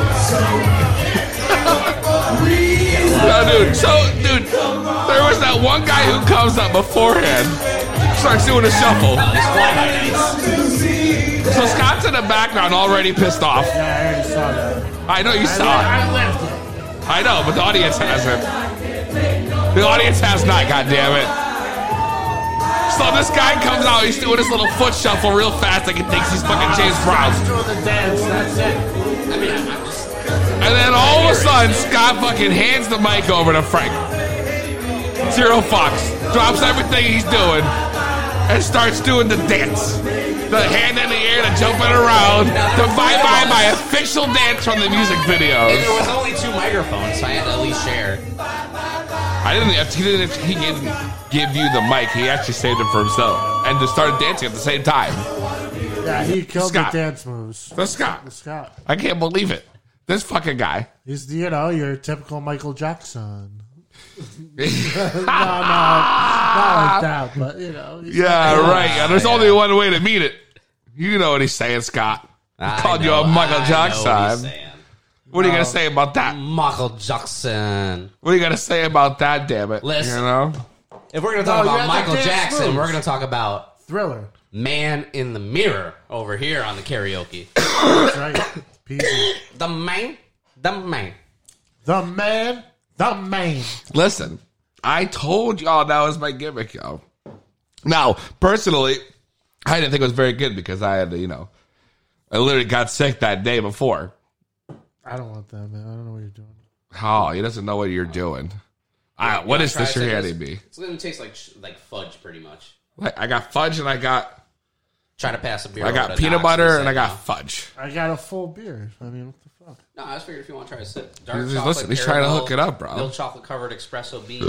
S1: No, dude. So, dude, there was that one guy who comes up beforehand, starts doing a shuffle. So Scott's in the background, already pissed off.
S4: yeah, I already saw that.
S1: I know you saw it.
S4: I, I lived it.
S1: I know, but the audience hasn't. The audience has not, goddammit. So this guy comes out, he's doing his little foot shuffle real fast like he thinks he's fucking James Brown.
S4: Doing the dance. That's it.
S5: I mean, I'm just
S1: And then all of a sudden, Scott fucking hands the mic over to Frank. Zero fucks. Drops everything he's doing and starts doing the dance. The hand in the air, the jumping around, the bye bye my official dance from the music videos.
S5: there was only two microphones, so I had to at least share.
S1: I didn't. Have to, he didn't. Have to, he gave give you the mic. He actually saved it for himself and just started dancing at the same time.
S4: Yeah, he killed
S1: Scott.
S4: the dance moves.
S1: That's Scott.
S4: Scott.
S1: I can't believe it. This fucking guy.
S4: He's you know your typical Michael Jackson.
S1: yeah,
S4: no, no,
S1: Ah.
S4: not like that. But you know, he's-
S1: right. Yeah, there's only one way to meet it. You know what he's saying, Scott. I
S5: I
S1: called you
S5: know-
S1: a Michael
S5: I
S1: Jackson.
S5: know what he's
S1: What,
S5: saying.
S1: are you gonna say about that?
S5: Michael Jackson.
S1: What are you gonna say about that? Damn it!
S5: Listen.
S1: You know.
S5: If we're gonna talk
S4: No, Oh, you
S5: about
S4: have to
S5: Michael
S4: dance
S5: Jackson,
S4: moves.
S5: we're gonna talk about
S4: Thriller.
S5: Man in the Mirror over here on the karaoke. *coughs*
S4: That's right.
S1: *coughs*
S4: Peasy.
S5: the man, the man.
S4: The man. The man.
S1: Listen, I told y'all that was my gimmick, y'all. Now, personally, I didn't think it was very good because I had, to, you know, I literally got sick that day before.
S4: I don't want that, man. I don't know what you're doing.
S1: Oh, he doesn't know what you're doing. I, what is
S5: Try
S1: this
S5: it,
S1: you're
S5: say
S1: handing
S5: this.
S1: me?
S5: It's gonna taste like sh- like fudge, pretty much.
S1: Like, I got fudge and I got
S5: Try to pass a beer.
S1: I
S5: over
S1: got
S5: to
S1: peanut
S5: Knox
S1: butter
S5: sit
S1: and I got
S5: down.
S1: fudge.
S4: I got a full beer. I mean, what the fuck?
S5: No, I just figured if you want to try to sip. Dark
S1: He's- he's-
S5: chocolate,
S1: listen, he's trying to
S5: caramel,
S1: hook it up, bro.
S5: Milk chocolate covered espresso beans.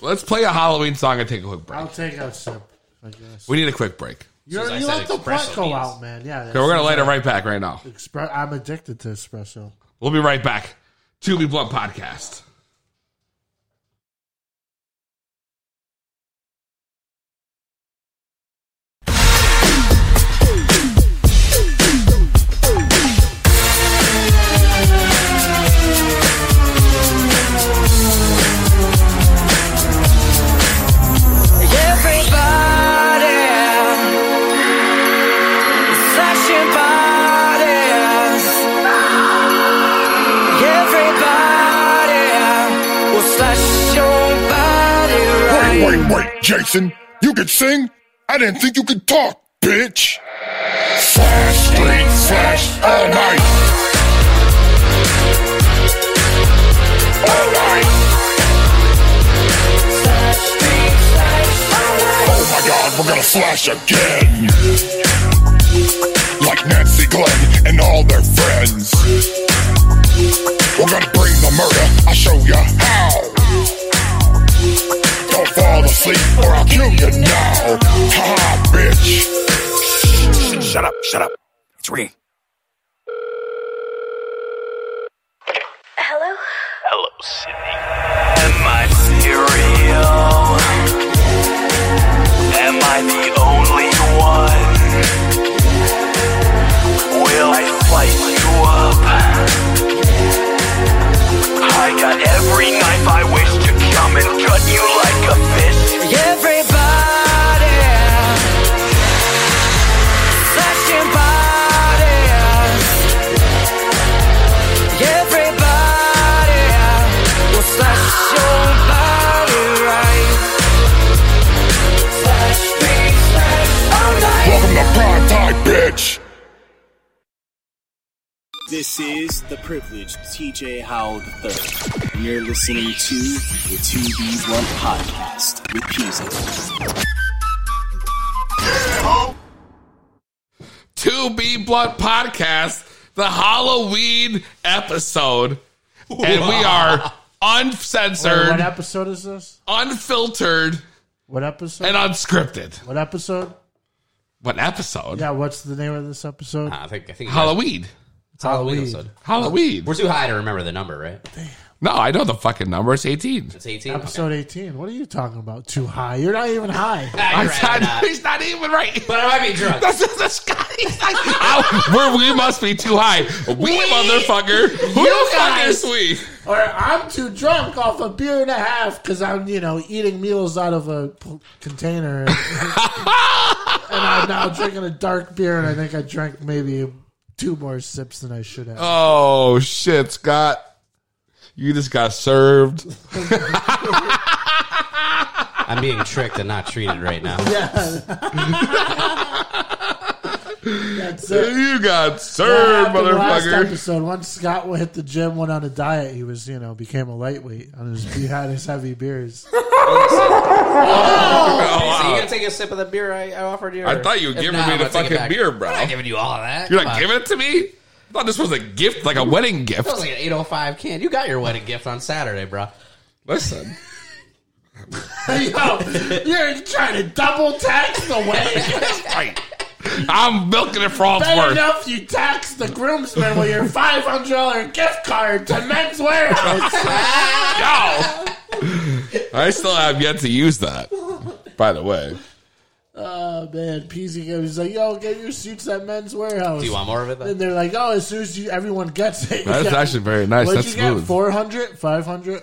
S1: Let's play a Halloween song and take a quick break.
S4: I'll take a sip. I guess.
S1: We need a quick break.
S4: You,
S5: As I
S4: you
S5: said,
S4: let the
S5: espresso
S4: breath go
S5: means-
S4: out, man. Yeah. that's-
S1: So we're gonna light it right back right now.
S4: Expre- I'm addicted to espresso.
S1: We'll be right back. To be blunt podcast.
S6: Everybody Searching bodies Everybody Will slash your body right
S7: Wait, wait, wait, Jason. You could sing? I didn't think you could talk, bitch. Flash, street, flash, all night. All night. Oh my god, we're gonna flash again. Like Nancy Glenn and all their friends. We're gonna bring the murder, I'll show you how. Don't fall asleep or I'll kill you now. Ha ha, bitch.
S2: Shut up, shut up. It's ringing.
S8: Hello?
S2: Hello, Sydney. Am I serial? Am I the only one? Will I fight you up? I got every knife I wish to come and cut you like a fish.
S6: Everybody Searching bodies Everybody Will slash your body right Slash me, slash all night
S7: Welcome to prime time, bitch.
S8: This is the privileged TJ Howard III. And you're listening to the 2B1 podcast with Peasy.
S1: Two B Blunt Podcast, the Halloween episode, and we are
S4: Wait, what
S1: uncensored,
S4: episode is this?
S1: unfiltered,
S4: What episode?
S1: and unscripted.
S4: what episode?
S1: What episode?
S4: Yeah, what's the name of this episode?
S5: I think I think
S1: Halloween.
S5: It's Halloween.
S4: Halloween.
S5: episode.
S1: Halloween.
S5: We're too high to remember the number, right?
S1: No, I know the fucking number. It's eighteen.
S5: It's eighteen.
S4: Episode 18. What are you talking about? Too high. You're not even high.
S5: Okay. Ah,
S1: I
S5: you're right,
S1: said
S5: I'm not.
S1: he's not even right.
S5: *laughs*
S1: *laughs*
S5: But I might be drunk.
S1: That's just the *laughs* sky. He's like, "Oh, we're- we must be too high. We, *laughs* motherfucker. Who the fuck is we?
S4: *laughs* Or I'm too drunk off a beer and a half because I'm, you know, eating meals out of a p- container. *laughs* and I'm now drinking a dark beer, and I think I drank maybe two more sips than I should have.
S1: Oh shit, Scott. You just got served.
S5: I'm being tricked and not treated right now.
S4: *laughs* That's it.
S1: You got
S4: What
S1: served,
S4: happened last
S1: motherfucker.
S4: episode, once Scott hit the gym, went on a diet, he was, you know, became a lightweight on his, he had his heavy beers.
S5: So you gonna take a sip of the beer I, I offered you?
S1: Oh, I
S5: or-
S1: thought you were
S5: If
S1: giving
S5: not,
S1: me
S5: I'm
S1: the
S5: gonna take it
S1: fucking
S5: back.
S1: beer, bro.
S5: I'm not giving you all of that.
S1: You're
S5: Come
S1: not
S5: on.
S1: giving it to me? I thought this was a gift, like a wedding gift.
S5: That was like an 805 can. You got your wedding gift on Saturday, bro.
S1: Listen.
S4: *laughs* Yo, you're trying to double tax the *laughs* wedding.
S1: Right. I'm milking it for all it's
S4: Bad
S1: worth.
S4: enough you tax the groomsmen with your five hundred dollar gift card to men's warehouse.
S1: Yo! I still have yet to use that, by the way.
S4: *laughs* oh man, PZ goes like, "Yo, get your suits at men's warehouse."
S5: Do you want more of it? Though?
S4: And they're like, "Oh, as soon as you, everyone gets it."
S1: That's actually very nice.
S4: What'd
S1: That's
S4: you get?
S1: smooth.
S4: 400? 500?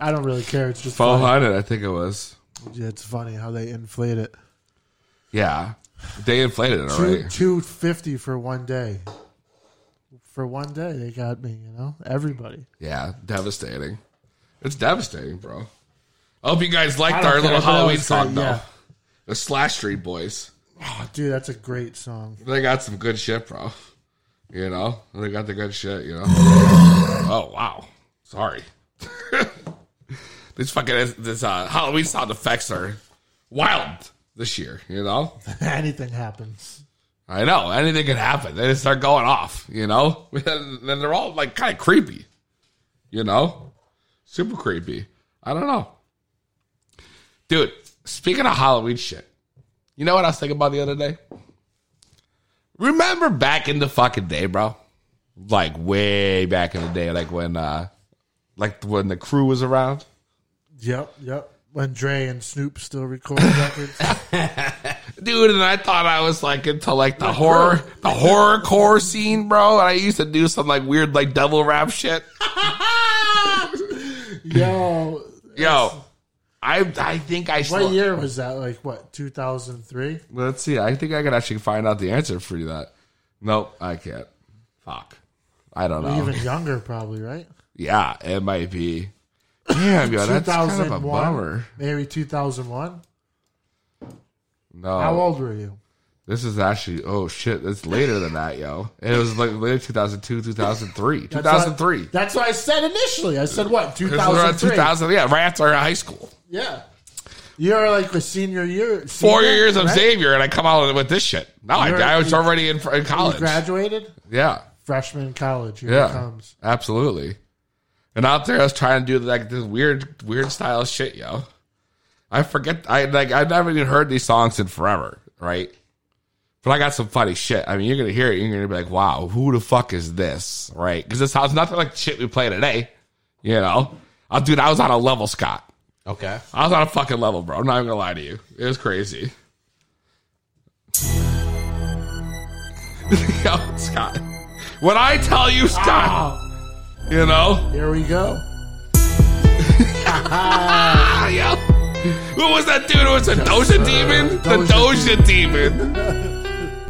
S4: I don't really care. It's just
S1: Twelve
S4: funny.
S1: hundred, I think it was.
S4: Yeah, it's funny how they inflate it.
S1: Yeah, they inflated it
S4: Two
S1: already.
S4: two fifty for one day. For one day, they got me. You know, everybody.
S1: Yeah, devastating. It's devastating, bro. I hope you guys liked
S4: don't
S1: our
S4: care,
S1: little
S4: but that
S1: Halloween
S4: was
S1: song
S4: great,
S1: though.
S4: yeah.
S1: The Slash Street Boys.
S4: Oh, dude, that's a great
S1: *laughs*
S4: song.
S1: They got some good shit, bro. You know, they got the good shit. You know. oh wow, sorry. *laughs* These fucking this uh, Halloween sound effects are wild this year. You know.
S4: Anything happens.
S1: I know anything can happen. They just start going off, you know. *laughs* And then they're all like kind of creepy, you know, super creepy. I don't know, dude. Speaking of Halloween shit, you know what I was thinking about the other day? Remember back in the fucking day, bro? Like way back in the day, like when, uh like when the crew was around.
S4: Yep, yep. When Dre and Snoop still recording *laughs* records.
S1: dude, and I thought I was like into like the horror, the horror core scene, bro. And I used to do some like weird like devil rap
S4: *laughs*
S1: shit.
S4: Yo,
S1: Yo, I I think I
S4: what
S1: still,
S4: year was that? Like what, two thousand three?
S1: let's see. I think I could actually find out the answer for you that. Nope, I can't. Fuck, I don't know.
S4: Even younger, probably right.
S1: yeah, it might be. Damn, yo,
S4: Two
S1: that's kind
S4: thousand
S1: of a
S4: one,
S1: bummer.
S4: maybe two thousand one.
S1: No,
S4: How old were you?
S1: this is actually oh shit, it's later than that, yo. It was like later two thousand two, two thousand three, two
S4: That's what-
S1: thousand three.
S4: That's what I said initially. I said what two
S1: Because we're at
S4: thousand three?
S1: 2000, yeah, right after high school.
S4: Yeah, you're like a senior year.
S1: Four
S4: senior,
S1: years of
S4: right?
S1: Xavier, and I come out with this shit. No, I,
S4: You're-
S1: I was
S4: you-
S1: already in, in
S4: You
S1: college.
S4: graduated
S1: Yeah,
S4: freshman in college. Here
S1: yeah,
S4: it comes.
S1: absolutely. And out there, I was trying to do like this weird, weird style shit, yo. I forget. I like. I've never even heard these songs in forever, right? But I got some funny shit. I mean, you're gonna hear it. You're gonna be like, "Wow, who the fuck is this?" Right? Because this sounds nothing like shit we play today. You know, I'll dude. I was on a level, Scott.
S5: Okay.
S1: I was on a fucking level, bro. I'm not even gonna lie to you. It was crazy. *laughs* Yo, Scott. When I tell you, Scott, you know,
S4: Here we go.
S9: Uh.
S1: ah, *laughs* yo. Who was that dude? It was a Doja Demon? The Doja Demon.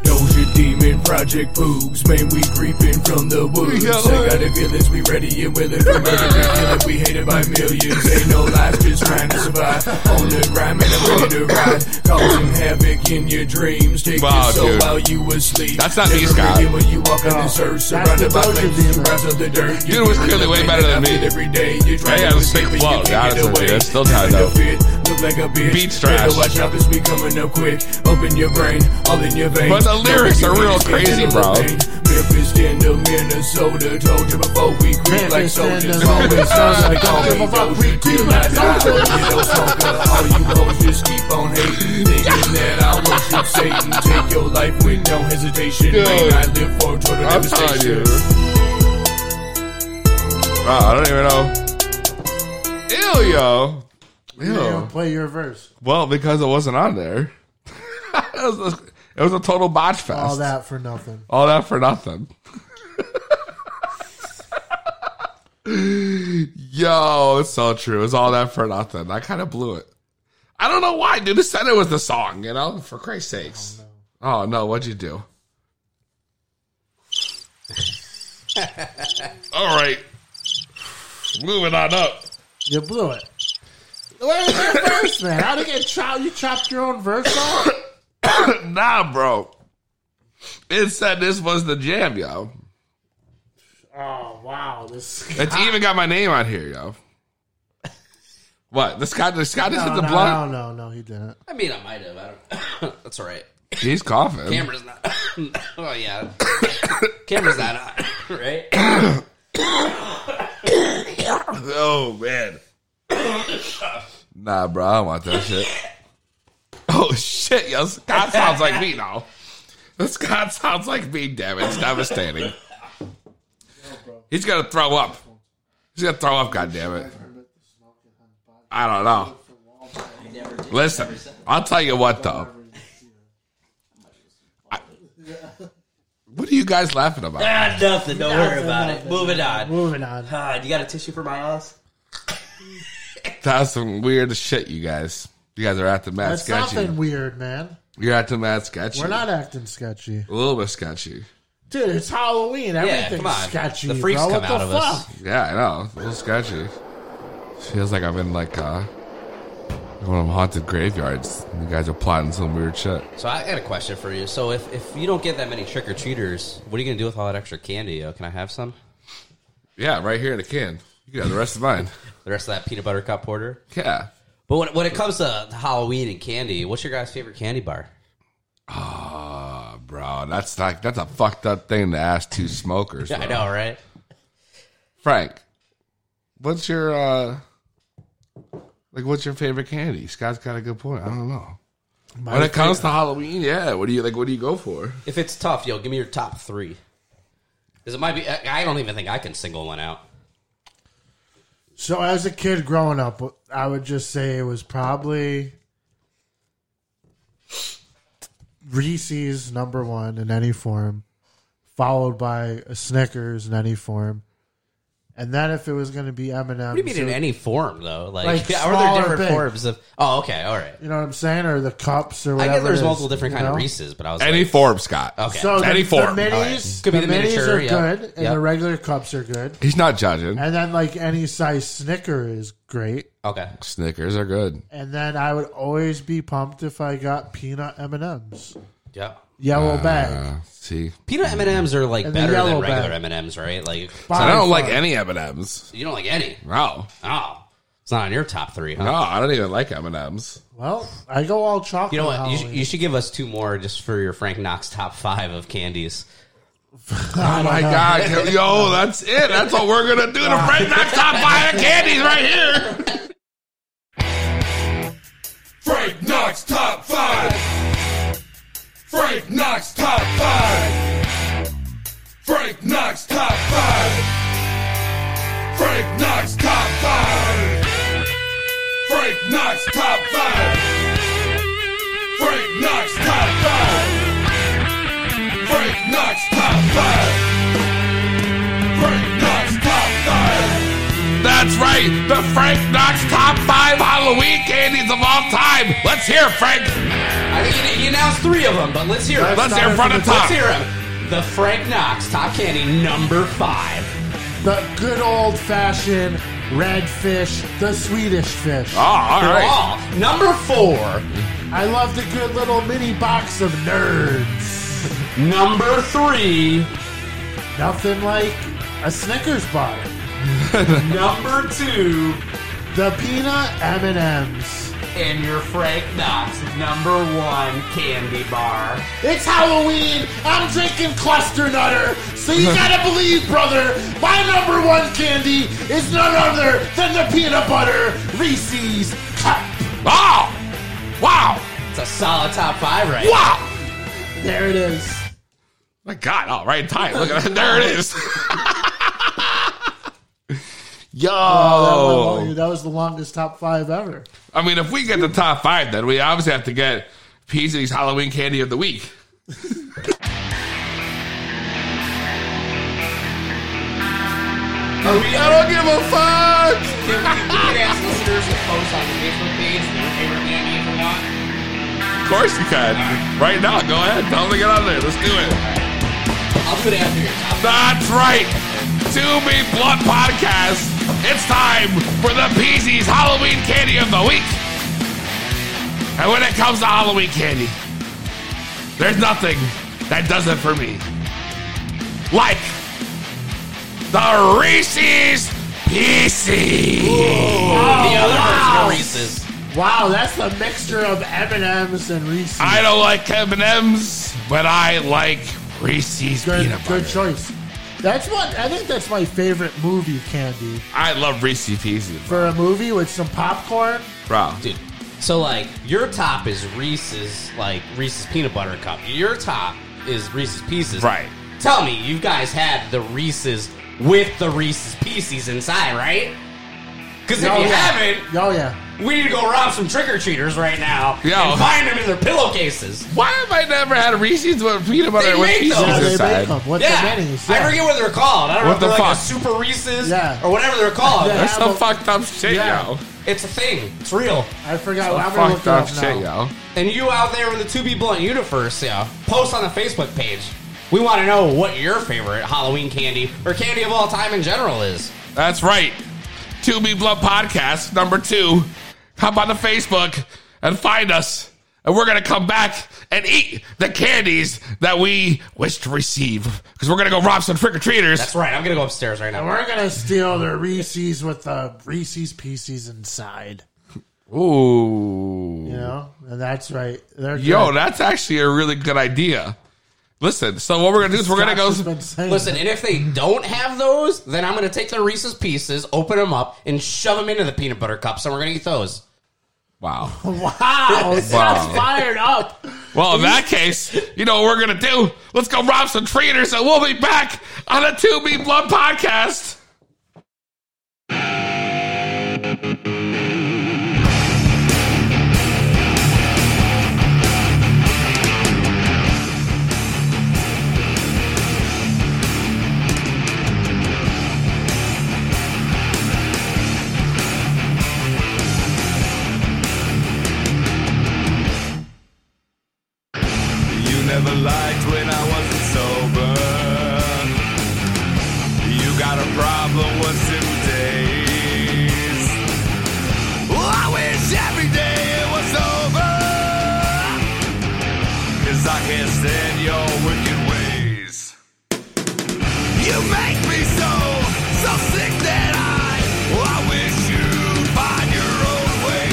S8: Doja Demon,
S9: Project Boobs, man, we creeping from the woods.
S1: Yeah.
S9: I got the feelings, we ready and willing for murder. We kill it, we hated by millions. Ain't no life, just trying to survive. On the grind, man, I'm ready to ride. Causing havoc in your dreams. Take
S1: Wow,
S9: your soul
S1: dude.
S9: while you asleep.
S1: That's not
S9: Never
S1: me, Scott.
S9: forget When you walk on this earth, surrounded by
S4: Doja
S9: flames,
S4: Demon.
S9: rise of the dirt. You
S1: Dude was
S9: feel
S1: clearly
S9: the
S1: way
S9: pain
S1: better than
S9: I
S1: me.
S9: feel Every day, you're trying
S1: Yeah,
S9: to
S1: it was
S9: escape,
S1: big
S9: but
S1: flow,
S9: you
S1: to
S9: can't
S1: be
S9: get
S1: honest with you.
S9: away.
S1: That's still tied
S9: Having to
S1: up.
S9: fit, Look like a bitch.
S1: Beat's
S9: Better
S1: trash.
S9: Watch out, this be coming up quick. Up in your brain, all in your veins.
S1: But the lyrics are real crazy, bro.
S9: Memphis, Denver, Minnesota. Told you before we creep like
S4: Memphis,
S9: soldiers.
S4: Denver,
S9: Always
S4: Minnesota.
S9: like
S4: Don't give a fuck,
S9: always.
S4: we
S9: You
S4: creep
S9: do
S4: like
S9: not die, you don't smoke up. All you hoes just keep on hating. Thinking that I worship Satan. Take your life with no hesitation. May
S1: Dude.
S9: I live for total
S1: I'm telling you.
S9: devastation.
S1: Wow, I don't even know. Ew, yo.
S4: You
S1: Ew.
S4: don't play your verse.
S1: Well, because it wasn't on there. *laughs* it, was a, it was a total botch fest.
S4: All that for nothing.
S1: All that for nothing. Yo, it's so true. It's all that for nothing. I kind of blew it. I don't know why, dude. It said it was the song, you know? For Christ's sakes. Oh, no. What'd you do? *laughs* all right. Moving on up.
S4: You blew it. Where was your verse, man? How to get chopped? You chopped your own verse off?
S1: Nah, bro. It said this was the jam, yo.
S4: Oh wow, this.
S1: It's even got my name on here, yo. What? The Scott, the Scott just
S4: No,
S1: hit the
S4: no,
S1: blunt?
S4: no, no, no, he didn't.
S5: I mean, I might have. I don't. *coughs* That's all right.
S1: He's coughing.
S5: Camera's not. *coughs* oh yeah. Camera's not on. *coughs* Right.
S1: Oh man. nah, bro, I don't want that shit. Oh shit, yo, Scott sounds like me now. Scott sounds like me, damn it. It's devastating. He's gonna throw up. He's gonna throw up, goddammit. I don't know. Listen, I'll tell you what though. I- what are you guys laughing about?
S5: Ah, nothing. Don't worry about it. Moving on.
S4: Moving on.
S5: Ah, you got a tissue for my ass?
S1: That's some weird shit, you guys. You guys are at the Matt
S4: That's
S1: Sketchy.
S4: something weird, man.
S1: You're at the Matt Sketchy.
S4: We're not acting sketchy,
S1: a little bit sketchy.
S4: dude. It's Halloween. Everything's
S5: come on.
S4: sketchy.
S5: The freaks
S4: bro.
S5: come
S4: what
S5: out
S4: the
S5: of
S4: fuck?
S5: us.
S1: Yeah, I know. A little sketchy. Feels like I'm in like uh one of them haunted graveyards. You guys are plotting some weird shit.
S5: So I got a question for you. So if, if you don't get that many trick or treaters, what are you gonna do with all that extra candy? Yo? Can I have some?
S1: Yeah, right here in a can. You got the rest of mine.
S5: The rest of that peanut butter cup porter.
S1: Yeah.
S5: But when, when it comes to Halloween and candy, what's your guys' favorite candy bar?
S1: Ah, bro, that's like that's a fucked up thing to ask two
S4: *laughs*
S1: smokers.
S5: Yeah, I
S1: bro.
S5: know, right?
S1: Frank, what's your uh like what's your favorite candy? Scott's got a good point. I don't know. when it comes to Halloween, yeah, what do you like what do you go for?
S5: If it's tough, yo, give me your top three. Because it might be. I I don't even think I can single one out.
S4: So as a kid growing up, I would just say it was probably Reese's number one in any form, followed by a Snickers in any form, and then if it was going to be M and M's,
S5: What do you mean in any form though? Like,
S4: Like
S5: yeah, *laughs* are
S4: small
S5: there
S4: or big?
S5: different forms of? Oh, okay, all right.
S4: You know what I'm saying, or the cups or
S5: I
S4: whatever.
S5: get there's
S4: it is,
S5: multiple different
S4: you
S5: kind of
S4: know?
S5: Reese's, but I was
S1: Any
S5: like,
S1: form, Scott.
S5: Okay.
S4: So the,
S1: Any
S4: the
S1: form.
S4: minis,
S5: All right.
S4: Could be
S5: Could be
S4: the,
S5: the
S4: minis
S5: miniature,
S4: are
S5: yeah.
S4: good, and
S5: Yeah.
S4: the regular cups are good,
S1: He's not judging.
S4: and then like any size Snicker is great.
S5: okay,
S1: Snickers are good.
S4: And then I would always be pumped if I got peanut M and M's,
S5: yeah.
S4: yellow bag.
S1: Uh, see,
S5: Peanut M and M's are like
S4: And the
S5: better
S4: yellow
S5: than regular
S4: bag.
S5: M and M's, right? Like,
S4: By
S1: I don't like
S4: far.
S1: any M and M's.
S5: you don't like any.
S1: Wow.
S5: Oh, it's not on your top three, huh?
S1: No, I don't even like M and M's.
S4: Well, I go all chocolate.
S5: You know what? You, sh-
S4: Halloween.
S5: you should give us two more just for your Frank Knox top five of candies.
S1: Oh my god, yo, that's it. That's what we're gonna do *laughs* to Frank Knox top five of candies right here.
S9: Frank Knox Top 5! Frank Knox Top 5! Frank Knox Top 5! Frank Knox Top 5! Frank Knox Top 5! Frank Knox Top 5! Frank Knox Top 5! Frank Knox Top 5!
S1: That's right, the Frank Knox top five Halloween candies of all time. Let's hear it, Frank.
S5: I think you, you announced three of them, but let's hear them.
S1: Let's hear it from the top.
S5: Let's hear them. The Frank Knox Top Candy number five.
S4: The good old fashioned red fish, the Swedish fish.
S1: Oh, all right.
S5: All. Number four.
S4: I love the good little mini box of nerds. *laughs*
S5: Number three. *laughs*
S4: Nothing like a Snickers bar.
S5: Number two.
S4: The peanut M and M's.
S5: And your Frank Knox number one candy bar.
S4: It's Halloween. I'm drinking cluster nutter. So
S1: *laughs*
S4: you gotta believe, brother. My number one candy is none other than the peanut butter Reese's cup.
S1: Wow. Wow.
S5: It's a solid top five, right?
S1: Wow.
S4: There it is.
S1: My God! All right, time. Look at that. There it is. *laughs* Yo,
S4: Oh, that, went long. that was the longest top five ever.
S1: I mean, if we get the top five, then we obviously have to get Peasley's Halloween candy of the week. I mean, I don't give a fuck.
S5: Can we, we can ask listeners to post on the Facebook page their favorite candy if they want.
S1: Of course you can. Right now, go ahead. Tell them to get on there. Let's do it.
S5: I'll do it after yours.
S1: That's right. To be blunt podcast. It's time for the Peasy's Halloween candy of the week. And when it comes to Halloween candy, there's nothing that does it for me. Like the Reese's Pieces.
S5: the other version of Reese's.
S4: Wow, that's a mixture of M and M's and Reese's.
S1: I don't like M&M's, but I like Reese's
S4: good,
S1: peanut butter.
S4: good choice. That's what I think. That's my favorite movie candy
S1: I love Reese's Pieces,
S4: for a movie with some popcorn.
S1: bro.
S5: Dude. So like your top is Reese's like Reese's peanut butter cup. Your top is Reese's pieces.
S1: Right.
S5: Tell me, you guys had the Reese's with the Reese's pieces inside, right? Because if
S4: Oh,
S5: you
S4: yeah.
S5: haven't,
S4: Oh yeah,
S5: we need to go rob some trick or treaters right now
S1: Yeah.
S5: and find them in their pillowcases.
S1: Why have I never had Reese's with peanut butter
S5: They
S1: with
S5: make
S1: pieces
S5: those.
S4: yeah
S5: Who's
S4: they
S1: inside?
S4: make them with
S5: Yeah.
S4: the minis.
S5: I
S4: yeah.
S5: forget what they're called. I don't
S1: What
S5: know
S1: the
S5: if they're like a
S1: fuck?
S5: super Reese's
S4: Yeah.
S5: or whatever they're called.
S4: Yeah.
S1: That's some
S4: Apple-
S1: fucked up shit,
S4: Yeah.
S1: yo.
S5: It's a thing. It's real.
S4: I forgot. I'm gonna look
S1: Fucked
S4: it
S1: up
S4: up
S1: shit,
S4: now.
S1: yo.
S5: And you out there in the 2B Blunt universe, yeah, post on the Facebook page. We want to know what your favorite Halloween candy or candy of all time in general is.
S1: That's right. To Be Blunt Podcast number two. Hop on the Facebook and find us. And we're going to come back and eat the candies that we wish to receive. Because we're going to go rob some trick or
S5: That's
S1: treaters.
S5: right. I'm going to go upstairs right
S4: And
S5: now.
S4: we're gonna steal their Reese's with the Reese's pieces inside.
S1: Ooh.
S4: You know, and that's right. They're
S1: Yo,
S4: good.
S1: that's actually a really good idea. Listen, so what we're going to do is we're going to
S4: Josh has
S1: go.
S4: been saying
S5: Listen, and if they don't have those, then I'm going to take the Reese's pieces, open them up, and shove them into the peanut butter cups, and we're going to eat those.
S1: Wow.
S5: *laughs*
S4: Wow,
S1: Wow.
S4: Scott's fired up.
S1: Well, in that case, you know what we're gonna do? Let's go rob some trainers, and we'll be back on a Two Be Blood podcast.
S9: You never liked when I wasn't sober. You got a problem with two days. Well, I wish every day it was over. Cause I can't stand your wicked ways. You make me so, so sick that I, well, I wish you'd find your own way.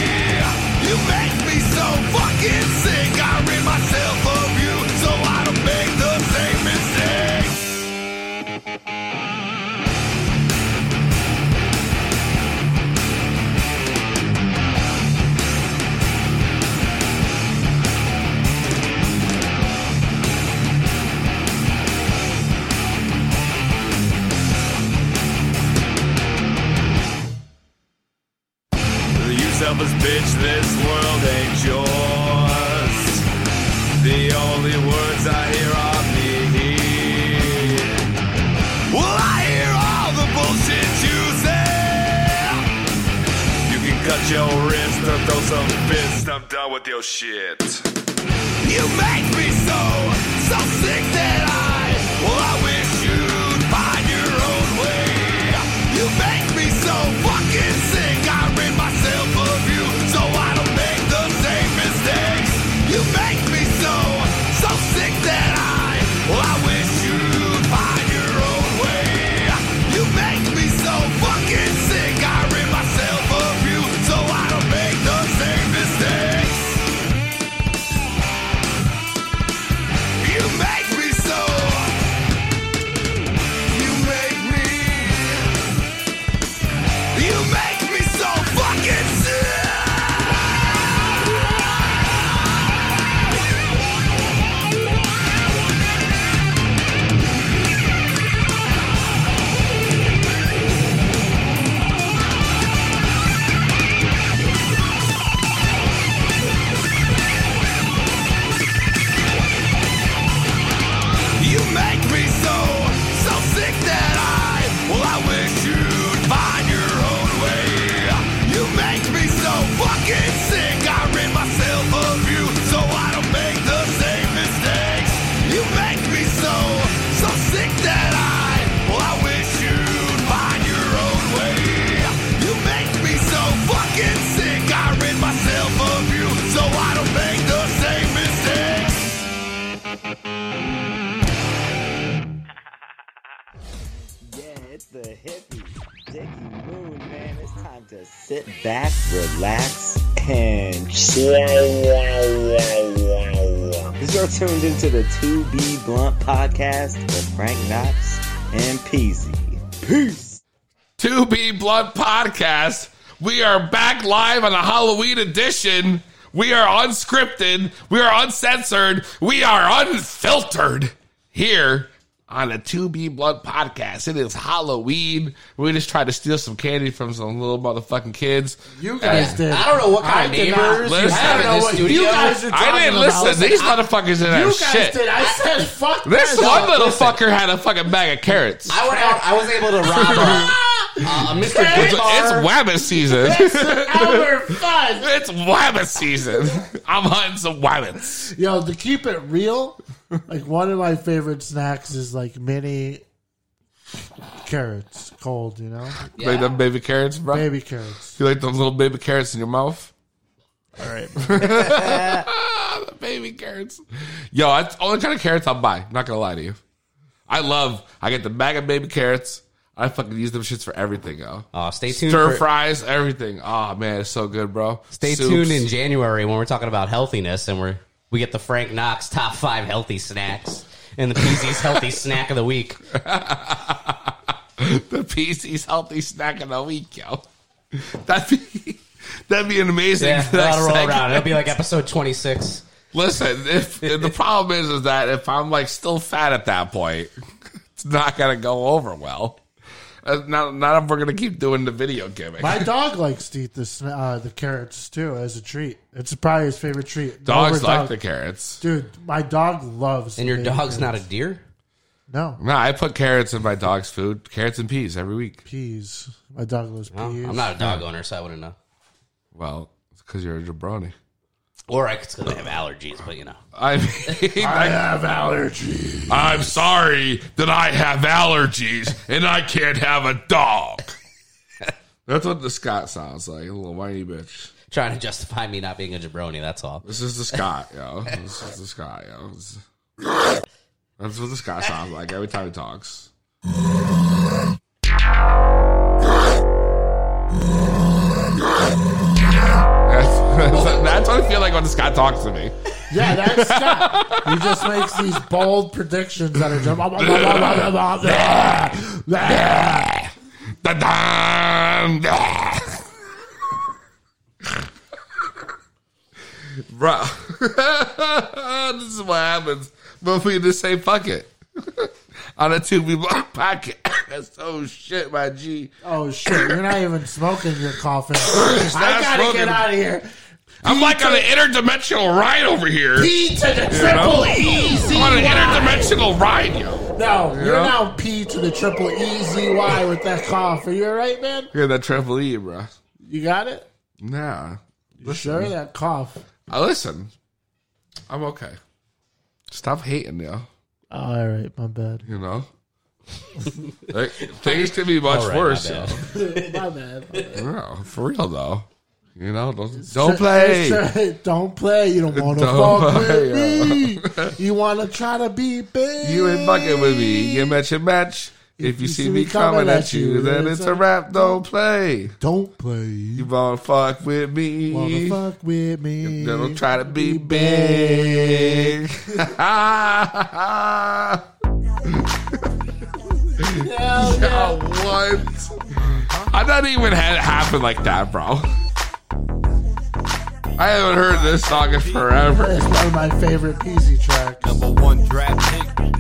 S9: You make me so fucking sick, I rid myself of you so I don't make the same mistakes. You selfish bitch, this world ain't yours. The only words I hear are me. Well, I hear all the bullshit you say. You can cut your wrist or throw some fists. I'm done with your shit. You make me so, so sick that I, Well, I wish you'd find your own way. You make me so fucking sick. I rid myself of you so I don't make the same mistakes. You make me so, so sick that I, well, I wish you'd find your own way. You make me so fucking sick. I rid myself of you so I don't make the same mistakes. You make me so. You make me. You make me so fucking sick. You make me so, so sick that I, well, I wish you'd find your own way. You make me so fucking sick. I rid myself of you so I don't make the same mistakes. You make me so, so sick that I, well, I wish you'd find your own way. You make me so fucking sick. I rid myself of you so I don't make the same mistakes.
S10: Yeah, it's the hippie, Dickie Moon, man. It's time to sit back, relax, and chill. You're tuned into the 2B Blunt podcast with Frank Knox and Peasy. Peace!
S1: To Be Blood podcast. We are back live on a Halloween edition. We are unscripted. We are uncensored. We are unfiltered here on the To Be Blood podcast. It is Halloween. We just tried to steal some candy from some little motherfucking kids.
S4: You guys did.
S5: I don't know what kind of
S4: did not
S5: neighbors you
S1: listen.
S5: have
S1: I
S5: in
S1: don't
S5: this
S4: know what-
S5: studio.
S4: you guys are-
S1: I didn't
S4: talking about-
S1: listen. These motherfuckers didn't
S4: You
S1: have
S4: guys
S1: Oh, shit.
S4: did. I said, fuck
S1: This
S4: that.
S1: one
S4: No,
S1: little
S4: listen.
S1: fucker had a fucking bag of carrots.
S5: I went out. I was able to rob
S1: *laughs*
S5: a, a Mr.
S1: It's, it's
S5: Goodbar.
S1: Wabbit season. *laughs*
S4: Albert Fudd.
S1: It's Wabbit *laughs* season. I'm hunting some Wabbits.
S4: Yo, to keep it real, like one of my favorite snacks is like mini carrots, cold, you know,
S1: Like them baby carrots, bro.
S4: baby carrots.
S1: You like those little baby carrots in your mouth? All right. *laughs* the baby carrots. Yo, that's the only kind of carrots I'll buy. Not gonna lie to you. I love I get the bag of baby carrots. I fucking use them shits for everything, yo.
S5: Uh, stay tuned.
S1: Stir
S5: for-
S1: fries, everything. Oh man, it's so good, bro.
S5: Stay
S1: Soups.
S5: tuned in January when we're talking about healthiness and we're we get the Frank Knox top five healthy snacks and the
S1: *laughs*
S5: PZ's healthy snack of the week.
S1: the PC's healthy snack of the week, yo. *laughs* That'd be that'd be an amazing. *laughs*
S5: Yeah,
S1: next
S5: that'll roll
S1: segment.
S5: around. It'll be like episode twenty six.
S1: Listen, if, if the problem is is that if I'm like still fat at that point, *laughs* it's not gonna go over well. Uh, Not not if we're gonna keep doing the video gimmick.
S4: My dog likes to eat the sna- uh, the carrots too as a treat. It's probably his favorite treat.
S1: Dogs
S4: Over
S1: like
S4: dog-
S1: the carrots.
S4: Dude, my dog loves.
S5: And your
S4: baby
S5: dog's not a
S4: carrots.
S5: deer?
S4: no
S1: No, I put carrots in my dog's food. Carrots and peas every week.
S4: peas. My dog loves
S5: No,
S4: peas.
S5: I'm not a dog owner, so I wouldn't know.
S1: Well, it's because you're a jabroni. *laughs*
S5: Or I could have allergies, but you know.
S1: I mean, I have allergies. I'm sorry that I have allergies and I can't have a *laughs* dog. That's what the Scott sounds like, a little whiny bitch.
S5: Trying to justify me not being a jabroni, that's all.
S1: This is the Scott, yo. This is the Scott, yo. This- That's what the Scott sounds like every time he talks. That's, that's, that's what I feel like when Scott talks to me.
S5: *laughs*
S4: Yeah, that's Scott. he just makes these bold predictions that are just. Blah, blah, blah, blah, blah, blah, blah, blah.
S1: Da-dum, da. Bro, *laughs* this is what happens. But we just say fuck it *laughs* on a two people pocket. *laughs* That's oh shit, my G.
S4: Oh shit! You're not even smoking your
S1: *laughs*
S4: coffin. I gotta
S1: smoking.
S4: get out of here.
S1: I'm like on an interdimensional ride over here.
S4: P to the triple E Z
S1: I'm on an
S4: Y.
S1: interdimensional ride, yo.
S4: No, you're
S1: Yeah.
S4: now P to the triple E Z Y with that cough. Are you all right, man?
S1: Hear that triple E, bro?
S4: You got it.
S1: Nah,
S4: You sure that cough?
S1: I listen. I'm okay. Stop hating, yo.
S4: All right, my bad.
S1: You *laughs* know, Like, things could be much
S5: All right, my
S1: worse.
S5: bad.
S1: so.
S4: my bad.
S1: No, for real though. You know, don't, don't play.
S4: Don't play. You don't want to
S1: *laughs* Don't
S4: fuck
S1: play, uh, *laughs*
S4: with me. You want to try to be big.
S1: You ain't fucking with me. You match your match. If you see me coming at you, then it's a wrap. Don't play.
S4: Don't play.
S1: You won't fuck with
S4: Want
S1: me.
S4: to fuck with me?
S1: Then don't try to be big. *laughs* Yeah, what? I not even had it happen like that, bro. I haven't heard this song in forever.
S4: That's one of my favorite Peasy tracks.
S11: Number one draft pick.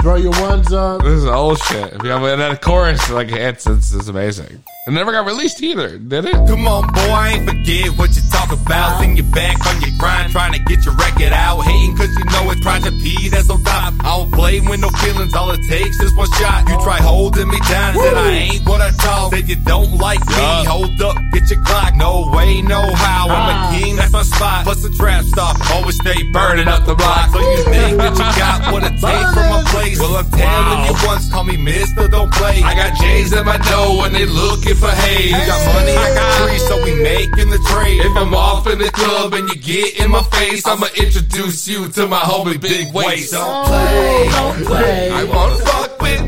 S4: Throw your ones up.
S1: This is old shit. Yeah, but that chorus, like, it's, it's, it's amazing. It never got released either, did it?
S11: Come on, boy, I ain't forget what you talk about. Send you back on your grind, trying to get your record out. Hating cause you know it's Project P that's on top. I don't play with no feelings, all it takes is one shot. You try holding me down, said I ain't what I talk. Said you don't like
S1: Yeah.
S11: me, hold up, get your clock. No way, no how, I'm a king, that's my spot. Plus a trap star, always stay burning up the block. So you think that you got what it takes from a place. Well, I'm telling you once, call me mister, don't play.
S1: I got J's in my dough and they looking for hay.
S11: You got money, I got trees, so we making the trade.
S1: If I'm off in the club and you get in my face, I'ma introduce you to my homie Big Waste.
S11: Don't play, don't
S4: Oh, play.
S1: I wanna fuck with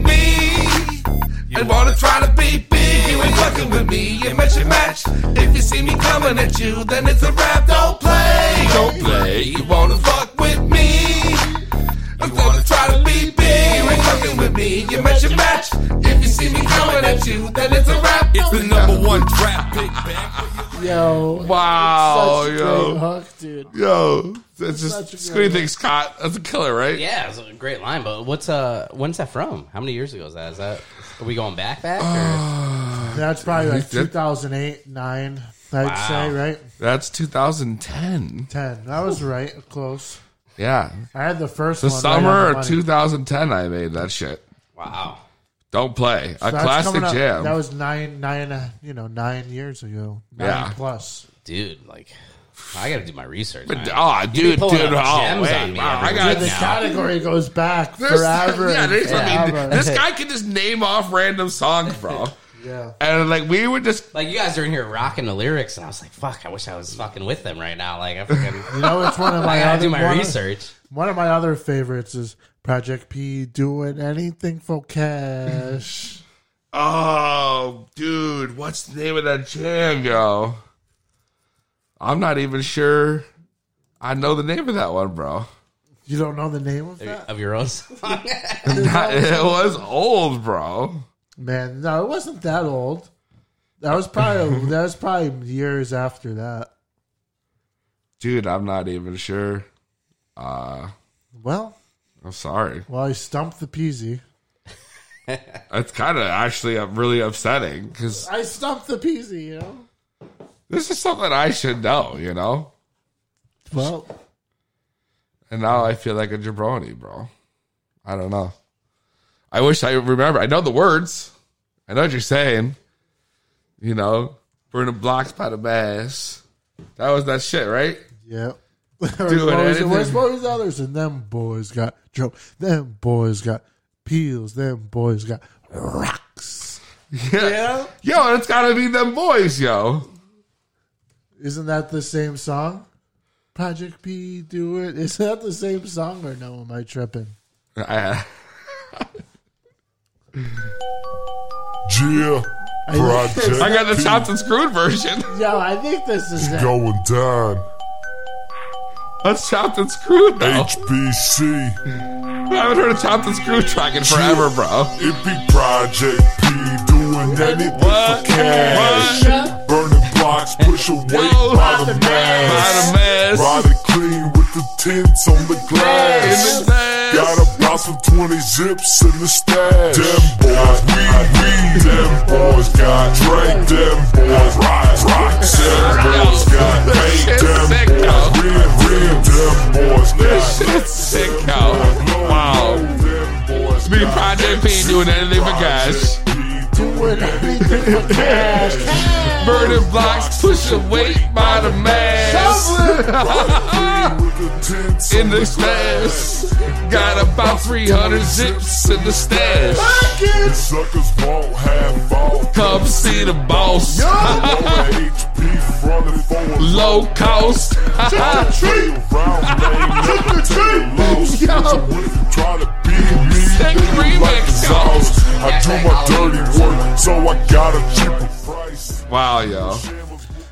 S1: me. I wanna try to be big. You ain't fucking with me. You match and match. If you see me coming at you, then it's a wrap. Don't play. Don't play. You wanna fuck with me. I'm gonna try to be big. You ain't fucking with me. You match and match. If you see me coming at you, then it's a wrap.
S11: It's the number one draft pick back.
S4: Yo.
S1: Wow,
S4: Such a
S1: yo.
S4: great hook, dude.
S1: Yo, that's
S4: Such a good
S1: just Screen Thing Scott. That's a killer, right?
S5: Yeah, it's a great line. But what's uh, when's that from? How many years ago is that? Is that are we going back back? Or?
S4: That's probably like
S1: did-
S4: 2008, 9, I'd say, right?
S1: That's 2010.
S4: 10. That was right. Close.
S1: Yeah.
S4: I had the first
S1: The
S4: one. right on
S1: summer
S4: the
S1: of
S4: money.
S1: 2010, I made that shit.
S5: Wow.
S1: Don't play. a
S4: That's
S1: classic
S4: coming up-
S1: jam.
S4: That was nine, nine, uh, you know, nine years ago. Nine
S1: Yeah.
S4: plus.
S5: dude, like I gotta do my research.
S1: But,
S5: man.
S1: oh,
S5: You be
S1: dude, dude. Oh,
S5: pulling out gems on
S1: wait.
S5: me
S1: Wow, I
S5: every
S1: got *laughs*
S5: week
S4: The
S5: now.
S4: category goes back
S1: There's-
S4: forever.
S1: Yeah,
S4: and
S1: there's, I
S4: forever.
S1: mean, this guy can just name off random songs, bro.
S4: *laughs* Yeah.
S1: And like we would just
S5: Like you guys are in here rocking the lyrics, and I was like, "Fuck! I wish I was fucking with them right now." *laughs* Like I
S4: You
S5: fucking,
S4: know, it's *laughs* one of
S5: I
S4: my
S5: gotta
S4: other
S5: do my
S4: one of-
S5: research.
S4: One of my other favorites is Project P doing anything for cash.
S1: Oh, dude, what's the name of that jam, yo? I'm not even sure. I know the name of that one, bro. *laughs*
S4: you don't know the name of that?
S5: Of your own song,
S1: it was old, bro.
S4: Man, no, it wasn't that old. That
S1: *laughs*
S4: was probably that was probably years after that.
S1: Dude, I'm not even sure. Uh,
S4: Well,
S1: I'm sorry.
S4: well, I stumped the peasy.
S1: It's kind of actually uh, really upsetting because
S4: I stumped the peasy, you know.
S1: this is something I should know, you know?
S4: Well,
S1: And now I feel like a jabroni, bro. I don't know. I wish I remember. I know the words. I know what you're saying. You know, burning blocks by the bass. That was that shit, right? *laughs*
S4: yeah. *laughs*
S1: Doing
S4: boys,
S1: anything.
S4: boys, boys, others, and them boys got dope. Them boys got peels. Them boys got rocks.
S1: Yeah. Yo, it's gotta be them boys, yo.
S4: Isn't that the same song? Project P, do it. *laughs* Is that the same song or no? Am I tripping?
S1: I-
S7: Yeah, Project
S1: I got the chopped and screwed version. *laughs*
S4: Yo, I think this is it.
S7: going down.
S1: That's chopped and screwed, though.
S7: HBC.
S1: I haven't heard a chopped and screwed track in forever, bro.
S7: It be Project P doing anything
S1: What?
S7: for cash.
S1: What?
S7: Burning blocks, push away
S1: Yo,
S7: by the
S1: By the
S7: mass.
S1: mess.
S7: Ride it clean with the tints on the
S1: In
S7: glass.
S1: the mess.
S7: Got a box with 20 zips in the stash. Them boys, we, we, them boys got Drake, them boys, rock, rock, them boys got bait,
S1: Shit's
S7: them
S1: sick,
S7: boys,
S1: yo.
S7: rib, rib, them boys
S1: This
S7: got
S1: shit's sick, yo. Wow.
S7: Them boys
S1: Me,
S7: got
S1: Project P doing anything for cash.
S7: Project P doing *laughs*
S4: Anything for cash.
S1: burning blocks, push away by the mass. in the stash, got about 300 zips in the stash. *laughs*
S7: Suckers won't have ball.
S1: Come see the boss. *laughs* Low cost. *laughs* Second remix.
S7: I do my dirty work, so I got a cheaper price.
S1: Wow, yo.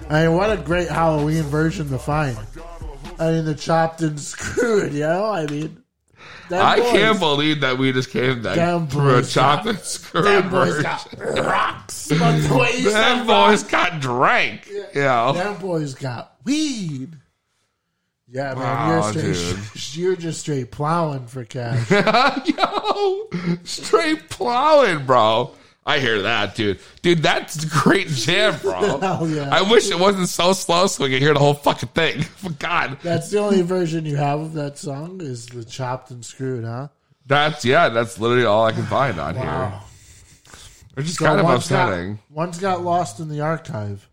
S4: I mean, what a great Halloween version to find. I mean, the chopped and *laughs* screwed, yo. I mean, that
S1: I
S4: boy's-
S1: can't believe that we just came back
S4: Them
S1: from a
S4: boys got-
S1: chopped and screwed
S4: them boys
S1: version.
S4: got rocks. But the way
S1: *laughs*
S4: you
S1: Them
S4: said
S1: boys
S4: rocks.
S1: got drank. Yeah.
S4: Them boys got weed. Yeah, man,
S1: Wow,
S4: you're straight. *laughs* You're just straight plowing
S1: *laughs*
S4: for cash.
S1: Yo, *laughs* straight plowing, bro. I hear that, dude. Dude, that's a great jam, bro.
S4: Hell yeah.
S1: I wish it wasn't so slow so we could hear the whole fucking thing. *laughs* God,
S4: That's the only version you have of that song is the chopped and screwed, huh?
S1: that's yeah, that's literally all I can find on here. Which is
S4: So
S1: kind of
S4: one's got-
S1: upsetting.
S4: one's got lost in the archive.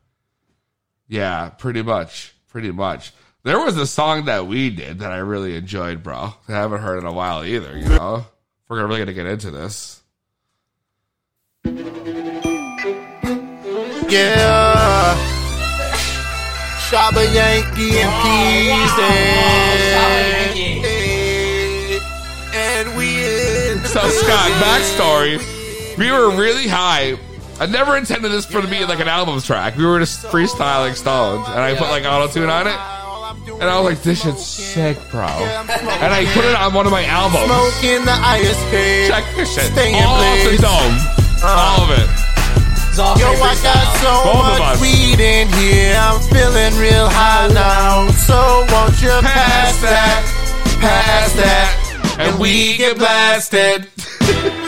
S1: Yeah, pretty much. Pretty much. There was a song that we did that I really enjoyed, bro. That I haven't heard in a while either, you know? We're really going to get into this.
S9: Yeah. Shabba Yankee and Keys And we in.
S1: So, Scott, backstory. We were really high. I never intended this for to be like an album track. We were just freestyling Stones, and I put like auto tune on it. And I was like, this shit's sick, bro. *laughs* And I put it on one of my albums.
S9: Smoking the ice cream.
S1: Check this shit.
S9: Staying
S1: All off the
S9: blazed.
S1: dome. All of it.
S9: Yo, I got so
S1: Both of us.
S9: much weed in here. I'm feeling real high now. So won't you pass that? Pass that.
S1: And we get blasted. *laughs*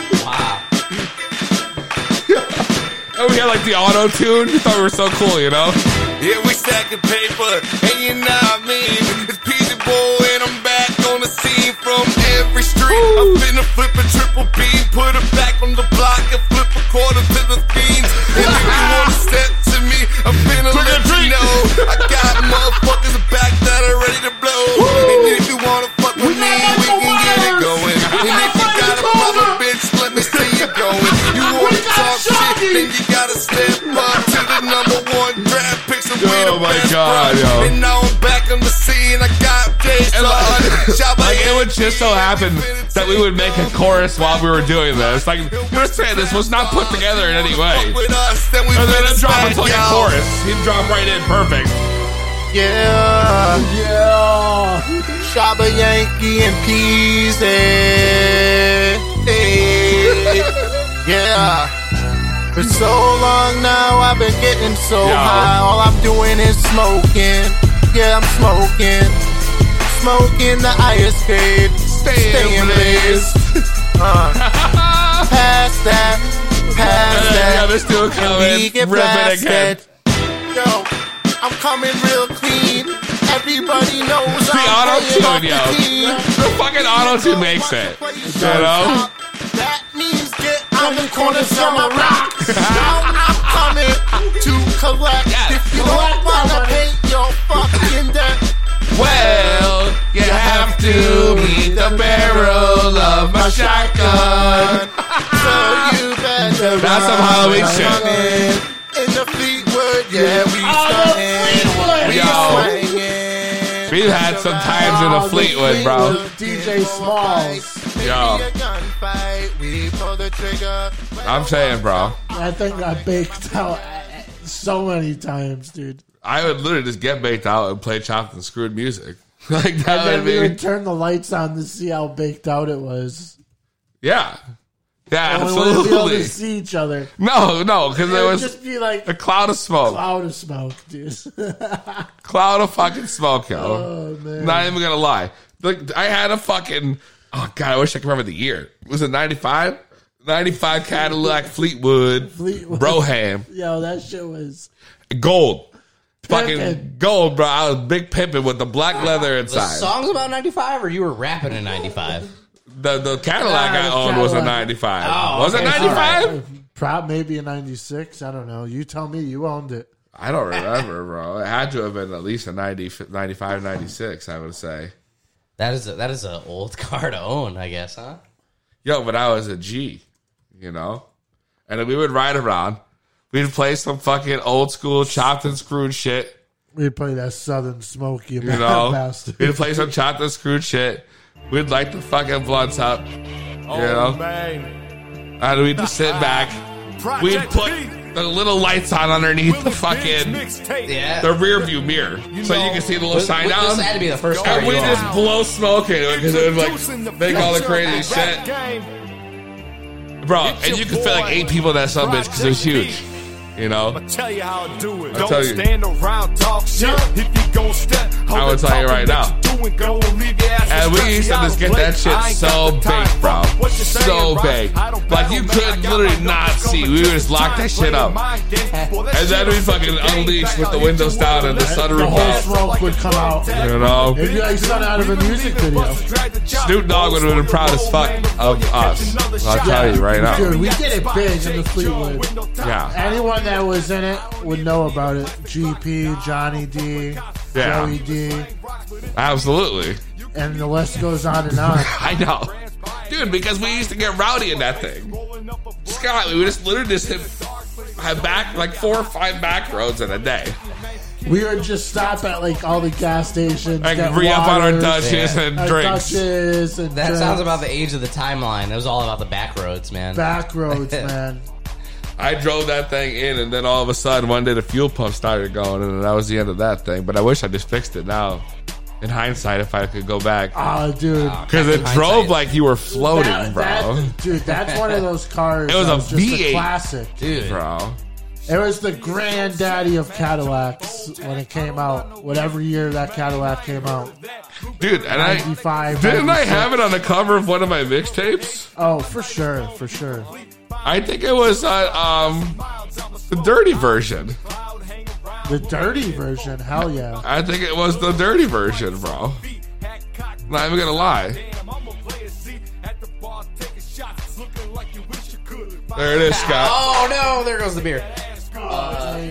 S1: And we had like the auto tune. We thought we were so cool, you know?
S12: Yeah, we stacking paper, and you know what I mean. It's PJ Boy, and I'm back on the scene from every street. I'm finna flip a triple B, put it back on the block, and flip a quarter to the fiends. And if you wanna step to me, I'm finna let you know. I got motherfuckers back that are ready to blow. And if you wanna fuck with me, we can get it
S1: *laughs*
S12: going. And if you got a mother bitch, let me see you going. You wanna talk shit, then you gotta step up to the number one draft pick. So we the
S1: Oh my
S12: best
S1: god,
S12: bro.
S1: yo.
S12: And now I'm back on the scene. I got days
S1: And *laughs* like,
S12: Shout
S1: like, it would just so happen that we would make a chorus while we were doing this. Like we're saying this was not put together in any way.
S12: with us, then we
S1: And then it
S12: finna
S1: drop
S12: smack
S1: into like a
S12: y'all.
S1: chorus. He'd drop right in perfect.
S9: Yeah. Yeah. Shabba Yankee and Peas. eh, eh. yeah. For so long now, I've been getting so
S13: Yeah.
S9: high. All I'm doing is smoking. Yeah, I'm smoking. Smoking the ice cream. Staying, blazed. Uh, pass that.
S1: And
S9: Pass
S1: then,
S9: that.
S1: yeah, this dude
S9: And
S1: coming,
S9: we get
S1: ripping again.
S9: blasted. Yo, I'm coming real clean. Everybody knows
S1: The
S9: I'm
S1: auto
S9: playing off
S1: tune, yo.
S9: the key.
S1: The fucking auto tune makes it. You know?
S9: That means get out the corner, summer
S1: *laughs*
S9: rocks. now I'm coming to collect. If you don't wanna pay your fucking debt,
S1: Well, you have to meet the barrel of my shotgun.
S9: so you better.
S1: That's some Halloween shit.
S9: shit. In the Fleetwood, yeah, we stuntin'. We
S1: Yo.
S9: swingin'.
S1: We've had some times in the Fleetwood, bro.
S9: DJ Smalls.
S1: Yo.
S9: gunfight. We pull the trigger.
S1: I'm saying, bro.
S4: I think I baked out so many times, dude.
S1: I would literally just get baked out and play chopped and screwed music. *laughs* like
S4: And
S1: that would
S4: then we would
S1: be
S4: turn the lights on to see how baked out it was.
S1: yeah, yeah,
S4: And we wouldn't be able to
S1: absolutely.
S4: see each other.
S1: No, no, because
S4: It
S1: there
S4: would
S1: was
S4: just be like
S1: a cloud of smoke,
S4: cloud of smoke, dude. *laughs*
S1: cloud of fucking smoke, yo.
S4: Oh, man.
S1: Not even gonna lie. Like I had a fucking oh god, I wish I could remember the year. Was it ninety five? Ninety five Cadillac Fleetwood,
S4: Fleetwood.
S1: Broham
S4: Yo, that shit was
S1: gold. Fucking
S5: Pimpin'.
S1: gold, bro. I was big pimping with the
S4: Ah,
S1: black leather
S5: The
S1: inside.
S5: song's about 95 or you were rapping in 95?
S1: The the Cadillac I owned was a
S4: Ah, Cadillac.
S1: 95.
S4: Oh,
S1: was it
S4: okay,
S1: 95?
S4: Prob maybe a ninety six. I don't know. You tell me. You owned it.
S1: I don't remember, bro. It had to have been at least a 90, 95, 96, I would say.
S5: That is a, that is an old *laughs* car to own, I guess, huh?
S1: Yo, but I was a G, you know? And we would ride around. We'd play some fucking old school chopped and screwed shit.
S4: We'd play that Southern Smoky, you
S1: You
S9: *laughs*
S1: know,
S4: bastard.
S1: we'd play some chopped and screwed shit. We'd light the fucking blunts up. You know, and we'd just sit *laughs* back. We'd
S9: Project
S1: put the little lights on underneath the fucking
S9: Yeah.
S1: the rear view mirror, so you can see the little
S9: This-
S1: sign
S9: this
S1: down.
S9: had to be the first car
S1: and we
S9: you
S1: just
S9: owned.
S1: blow smoke into it because it would like make all the crazy shit, bro. And you could fit like eight people in that son bitch because it was huge. You know,
S11: Tell you how to do it.
S1: I'll tell
S11: Don't
S1: you.
S11: stand around talk shit. If you gon' step,
S1: I will tell you right now.
S11: doing go and leave your ass.
S1: And we used to just get that shit so big, bro. So big. Like you could literally not see. We would just lock that shit up. And then we fucking unleash with the windows down and the
S4: The
S1: sunroof
S4: whole
S1: off.
S4: smoke would come out.
S1: You know?
S4: It'd be like something out of a music video.
S1: Snoop Dogg would have been proud as fuck of us. I'll tell you right
S4: Dude,
S1: now.
S4: we did it big in the Fleetwood.
S1: Yeah.
S4: Anyone that was in it would know about it. GP, Johnny D,
S1: Yeah.
S4: Joey D,
S1: Absolutely.
S4: and the list goes on and on.
S1: I know. Dude, because we used to get rowdy in that thing. Scott, we would just literally just hit have back like four or five back roads in a day.
S4: We would just stop at like all the gas stations,
S1: Like,
S4: get
S1: re-up on our
S4: waters,
S1: Dutches and
S4: our
S1: drinks.
S4: Dutches and
S5: That
S4: drinks.
S5: sounds about the age of the timeline. It was all about the back roads, man. *laughs*
S4: back roads, man.
S1: I drove that thing in, and then all of a sudden, one day the fuel pump started going, and that was the end of that thing. But I wish I just fixed it now. In hindsight, if I could go back,
S4: Oh, dude,
S1: because it drove like you were floating, Ah, bro.
S4: That- dude, that's one of those cars.
S1: It was
S4: that
S1: a
S4: just
S1: V8.
S4: a classic.
S5: Dude.
S1: bro.
S4: It was the granddaddy of Cadillacs when it came out. Whatever year that Cadillac came out,
S1: Dude, and I
S4: 95,
S1: didn't I
S4: 96.
S1: have it on the cover of one of my mixtapes.
S4: Oh, for sure, for sure.
S1: I think it was uh, um the dirty version.
S4: The dirty version, hell yeah.
S1: I think it was the dirty version, bro. Not even gonna lie. There it is, Scott.
S5: *laughs* Oh no, there goes the beer.
S1: Uh,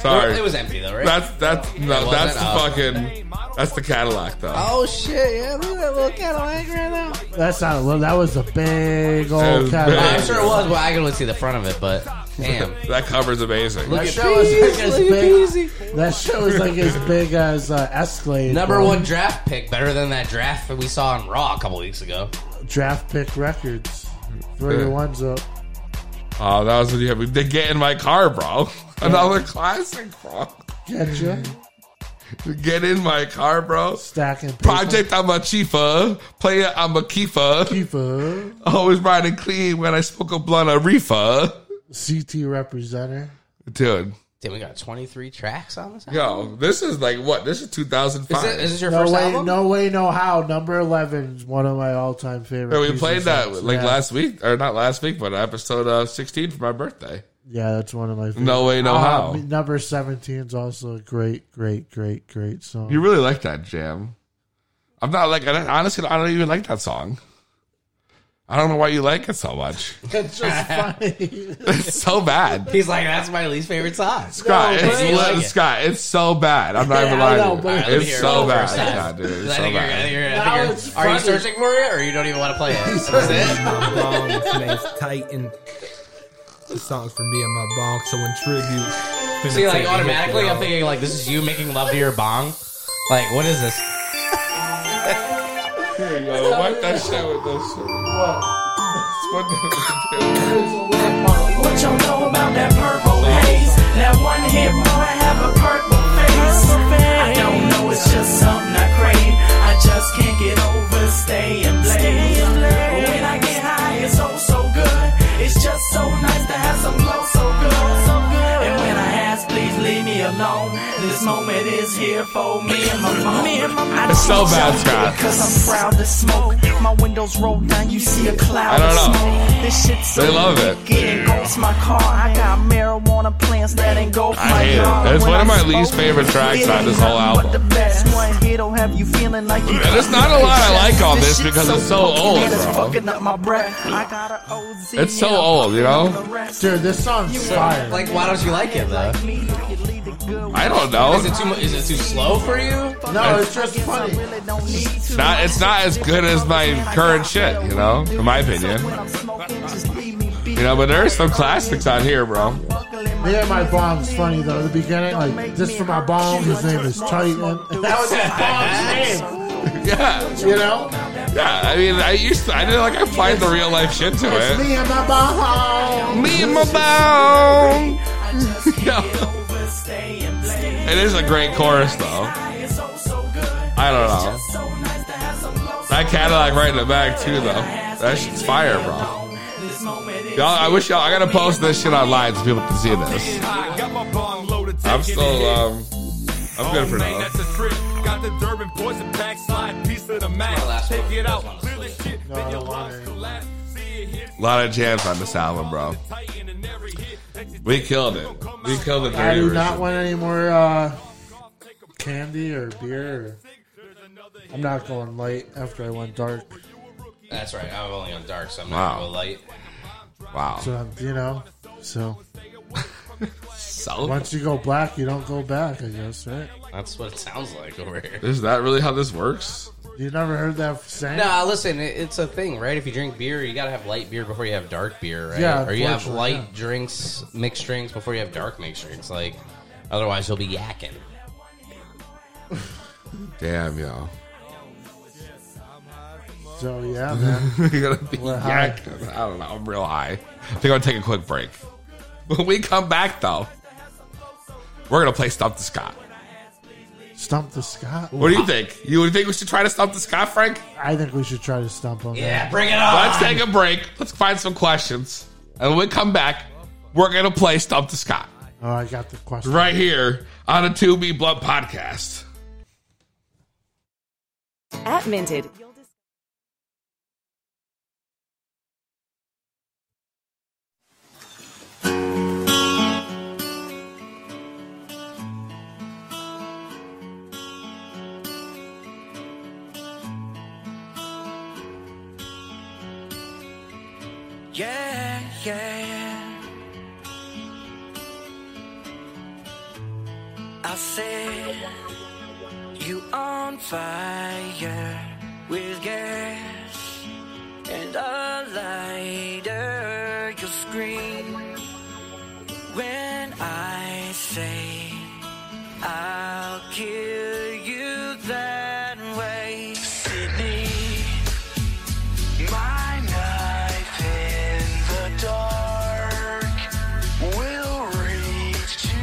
S1: Sorry,
S5: It was empty though, right?
S1: That's that's
S5: It
S1: no,
S5: wasn't?
S1: that's the
S5: Oh.
S1: fucking that's the Cadillac though.
S5: Oh shit! Yeah, look at that little Cadillac right now.
S4: That's not a little. That was a big old
S1: was
S4: Cadillac.
S1: big.
S5: I'm sure it was, but I can only see the front of it. But damn,
S1: that cover's amazing.
S5: Look
S4: That
S5: at
S4: show was like as
S5: Peasy,
S4: big. That show was like as big as uh, Escalade.
S5: number
S4: bro.
S5: one draft pick, better than that draft that we saw in Raw a couple weeks ago.
S4: draft pick records. Throw your ones up.
S1: Oh, that was what you had. We did get in my car, bro. *laughs* Another classic, bro.
S4: Getcha.
S5: Mm-hmm.
S1: Get in my car, bro.
S4: Stacking.
S1: Project I'm a chifa. Player I'm a kifa.
S4: Kifa.
S1: Always riding clean when I smoke a blunt a reefa.
S4: CT representer.
S1: Dude,
S5: Damn, we got 23 tracks on this.
S1: yo, this is like what? This is 2005.
S5: Is, it, is this your
S4: No
S5: first
S4: way,
S5: album?
S4: no way, no how. Number eleven is one of my all-time favorite.
S1: Yeah, we
S4: pieces
S1: played
S4: of-
S1: that like
S4: yeah.
S1: last week, or not last week, but episode uh, 16 for my birthday.
S4: Yeah, that's one of my. Favorite. Uh,
S1: No way, no how.
S4: Number seventeen is also a great, great, great, great song.
S1: You really like that jam. I'm not like, I don't- honestly, I don't even like that song. I don't know why you like it so much. *laughs*
S4: It's just funny.
S1: It's so
S5: *laughs*
S1: bad.
S5: He's like, that's my least favorite song.
S1: Scott,
S5: No,
S1: it's,
S5: but-
S1: li-
S5: Like it.
S1: Scott, it's so bad. I'm not even
S5: *laughs*
S4: Yeah, I know,
S1: lying. to you.
S4: but-
S5: All right, let me
S1: it's
S5: hear it
S1: so
S5: one
S1: bad.
S5: first
S1: Yeah,
S5: time.
S1: dude, it's
S5: I
S1: so
S5: think you're- I
S1: bad.
S5: think you're- I
S4: Now
S5: think you're-
S4: it's
S5: Are you
S4: funny.
S5: searching for it, or you don't even want to play *laughs* it? Is it?
S14: my bones, place tight and this song's for me and my bong, so in tribute. finna
S5: See, like
S14: take a hit
S5: automatically,
S14: that
S5: I'm thinking like this is you making love to your bong. Like, what is this?
S1: Here you go. Wipe that shit with this shit. *laughs*
S6: What y'all know about that purple haze? That one hit wanna have a purple face. I don't know, it's just something I crave. I just can't get over staying blazed. When I get high, it's oh so good. It's just so nice to have some glow so good. So good. And when I ask, please leave me alone. This moment is here for me and my mom.
S1: It's so bad, Scott.
S6: Cause I'm proud to smoke. My windows roll down, you see a cloud
S1: I
S6: of
S1: don't know.
S6: smoke. This shit's so
S1: They love it.
S6: Getting ghost my car, I got mirror marijuana plants that ain't go for
S1: I
S6: my
S1: hate
S6: yard
S1: it. It's
S6: when
S1: one of
S6: I
S1: my
S6: smoke
S1: least favorite
S6: it.
S1: tracks
S6: It
S1: on
S6: ain't
S1: this whole
S6: nothing but
S1: album.
S6: the best. One hit'll have you feeling like you
S1: And there's not a lot I like on this because it's so old,
S6: It's
S1: bro.
S6: fucking up my breath. I got a OZ
S1: It's so
S6: and I'm
S1: old, you know?
S4: Dude, this song's fire.
S5: Like, why don't you like it though?
S1: I don't know.
S5: Is it too? mu- Is it too slow for you?
S4: No, it's just funny.
S1: It's not, it's not as good as my current shit, you know, in my opinion. You know, but there are some classics on here, bro.
S4: Yeah, my bomb's funny though. The beginning, like this for my bomb. His name is Titan. *laughs* And that was his bomb's name.
S1: Yeah.
S4: You know,
S1: Yeah, I mean, I used to, I didn't like apply the real life shit to
S4: it's
S1: it.
S4: me and my bomb.
S1: Me and my bomb. *laughs* It is a great chorus, though. I don't know. That Cadillac right in the back, too, though. That shit's fire, bro. Y'all, I wish y'all, I gotta post this shit online so people can see this. I'm still, um, I'm good for now.
S11: That's a trip. Got the Durban boys and backslide piece of the map. Take it out. Clear the shit. Then your lives collapse.
S1: A lot of jams on this album, bro. We killed it. We killed the
S4: I
S1: dirty
S4: do
S1: version.
S4: not want any more uh, candy or beer. Or... I'm not going light after I went dark.
S5: That's right. I'm only on dark, so I'm
S1: Wow.
S5: not gonna go light.
S1: Wow.
S4: So I'm- you know, so
S5: So
S4: once you go black, you don't go back. I guess, right?
S5: that's what it sounds like over here.
S1: Is that really how this works?
S4: You never heard that saying?
S5: No, listen, it- it's a thing, right? If you drink beer, you gotta have light beer before you have dark beer, right?
S4: Yeah,
S5: or you have
S4: unfortunately,
S5: light
S4: yeah.
S5: drinks, mixed drinks before you have dark mixed drinks. Like, otherwise you'll be yakking.
S1: Damn, y'all.
S4: So
S1: *laughs*
S4: yeah, man.
S1: You're gonna be
S4: We're high.
S1: yakking. I don't know. I'm real high. I think I'm gonna take a quick break. *laughs* When we come back, though, we're gonna play Stump the Scott.
S4: Stump the Scott.
S1: What do you think? You would think we should try to stump the Scott, Frank?
S4: I think we should try to stump him. man.
S5: bring it
S1: Let's take a break. Let's find some questions. And when we come back, we're gonna play Stump the Scott.
S4: Oh, I got the question.
S1: right here on a 2B Blood podcast.
S15: At Minted,
S6: Yeah, yeah. I said you on fire with gas and a lighter. You scream when I say I'll kill you that way, Sydney. My knife in the dark will reach to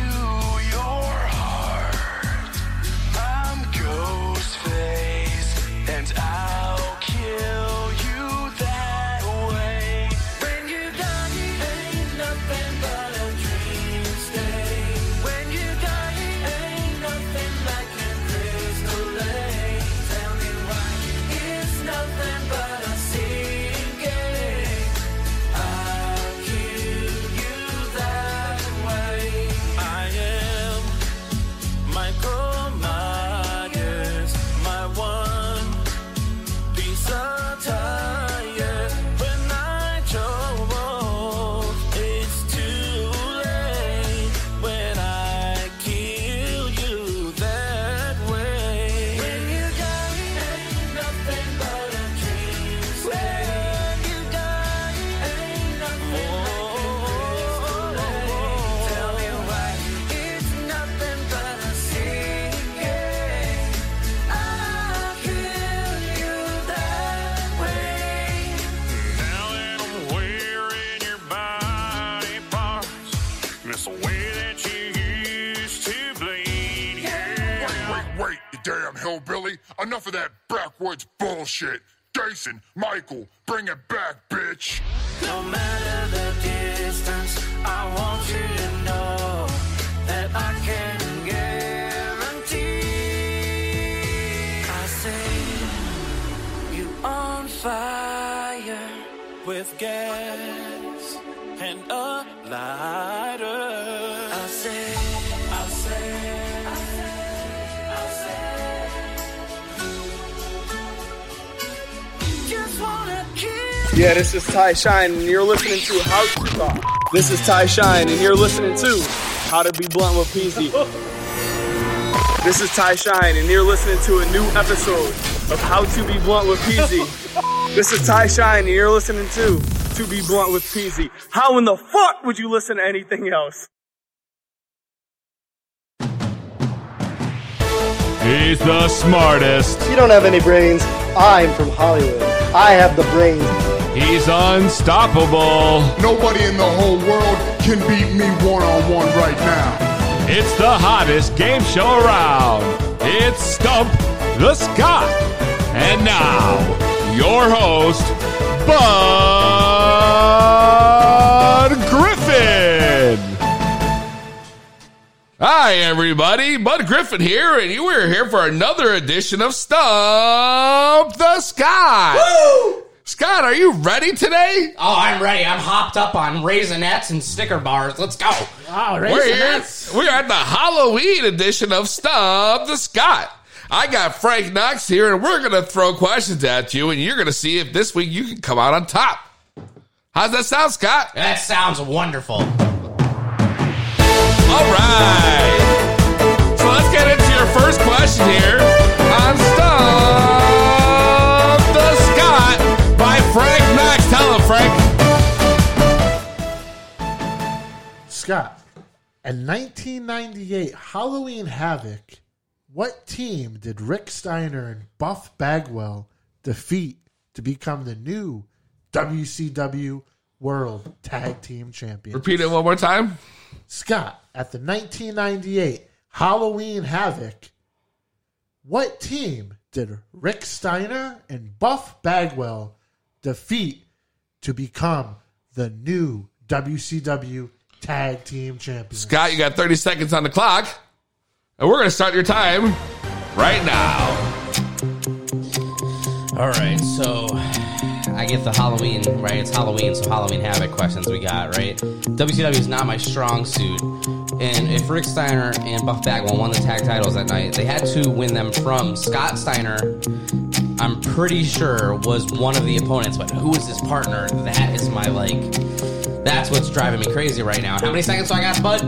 S6: your heart. I'm Ghostface, and I'll kill you that way. When you're done, ain't nothing but a dream state. When you're done, ain't nothing like a crystal lake. Tell me why it's nothing but a sinking. I'll kill you that way. I am Michael Myers, my one piece of tire. When I drove, it's too late. When I kill you that way. When you die, ain't nothing but a dream. When you die, ain't nothing but a dream. Tell me why it's nothing but a sinking. I'll kill you that way.
S16: Now that I'm wearing your body parts, and it's the way that you used to bleed.
S7: Wait, wait, you damn hillbilly. Enough of that backwoods bullshit. Jason, Michael, bring it back, bitch.
S6: No matter the distance, I want you to know that I can guarantee. I see you on fire with gas and a lighter.
S15: Yeah, this is Ty Shine, and you're listening to How to Talk. This is Ty Shine, and you're listening to How to Be Blunt with PZ. this is Ty Shine, and you're listening to a new episode of How to Be Blunt with PZ. this is Ty Shine, and you're listening to To Be Blunt with PZ. How in the fuck would you listen to anything else?
S9: He's the smartest.
S17: You don't have any brains. I'm from Hollywood. I have the brains.
S9: He's unstoppable.
S7: Nobody in the whole world can beat me one on one right now.
S9: It's the hottest game show around. It's Stump the Scott. And now, your host, Bud Griffin.
S1: Hi, everybody. Bud Griffin here, and you are here for another edition of Stump the Scott. Scott, are you ready today?
S5: Oh, I'm ready. I'm hopped up on raisinets and sticker bars. Let's go.
S4: Wow,
S1: We're here. We're at the Halloween edition of Stub the Scott. I got Frank Knox here, and we're going to throw questions at you, and you're going to see if this week you can come out on top. How's that sound, Scott?
S5: That sounds wonderful.
S1: All right. So let's get into your first question here on Stop the Scott by Frank Knox. Tell him, Frank.
S4: Scott, in 1998 Halloween Havoc, what team did Rick Steiner and Buff Bagwell defeat to become the new WCW World Tag Team Champions?
S1: Repeat it one more time.
S4: Scott, at the 1998 Halloween Havoc, what team did Rick Steiner and Buff Bagwell defeat to become the new WCW Tag Team Champions?
S1: Scott, you got 30 seconds on the clock, and we're going to start your time right now.
S5: All right, so I get the Halloween, right? It's Halloween, so Halloween Havoc questions we got, right? WCW is not my strong suit. And if Rick Steiner and Buff Bagwell won the tag titles that night, they had to win them from Scott Steiner, I'm pretty sure was one of the opponents, but who is his partner? That is my, like, that's what's driving me crazy right now. How many seconds do I got, bud?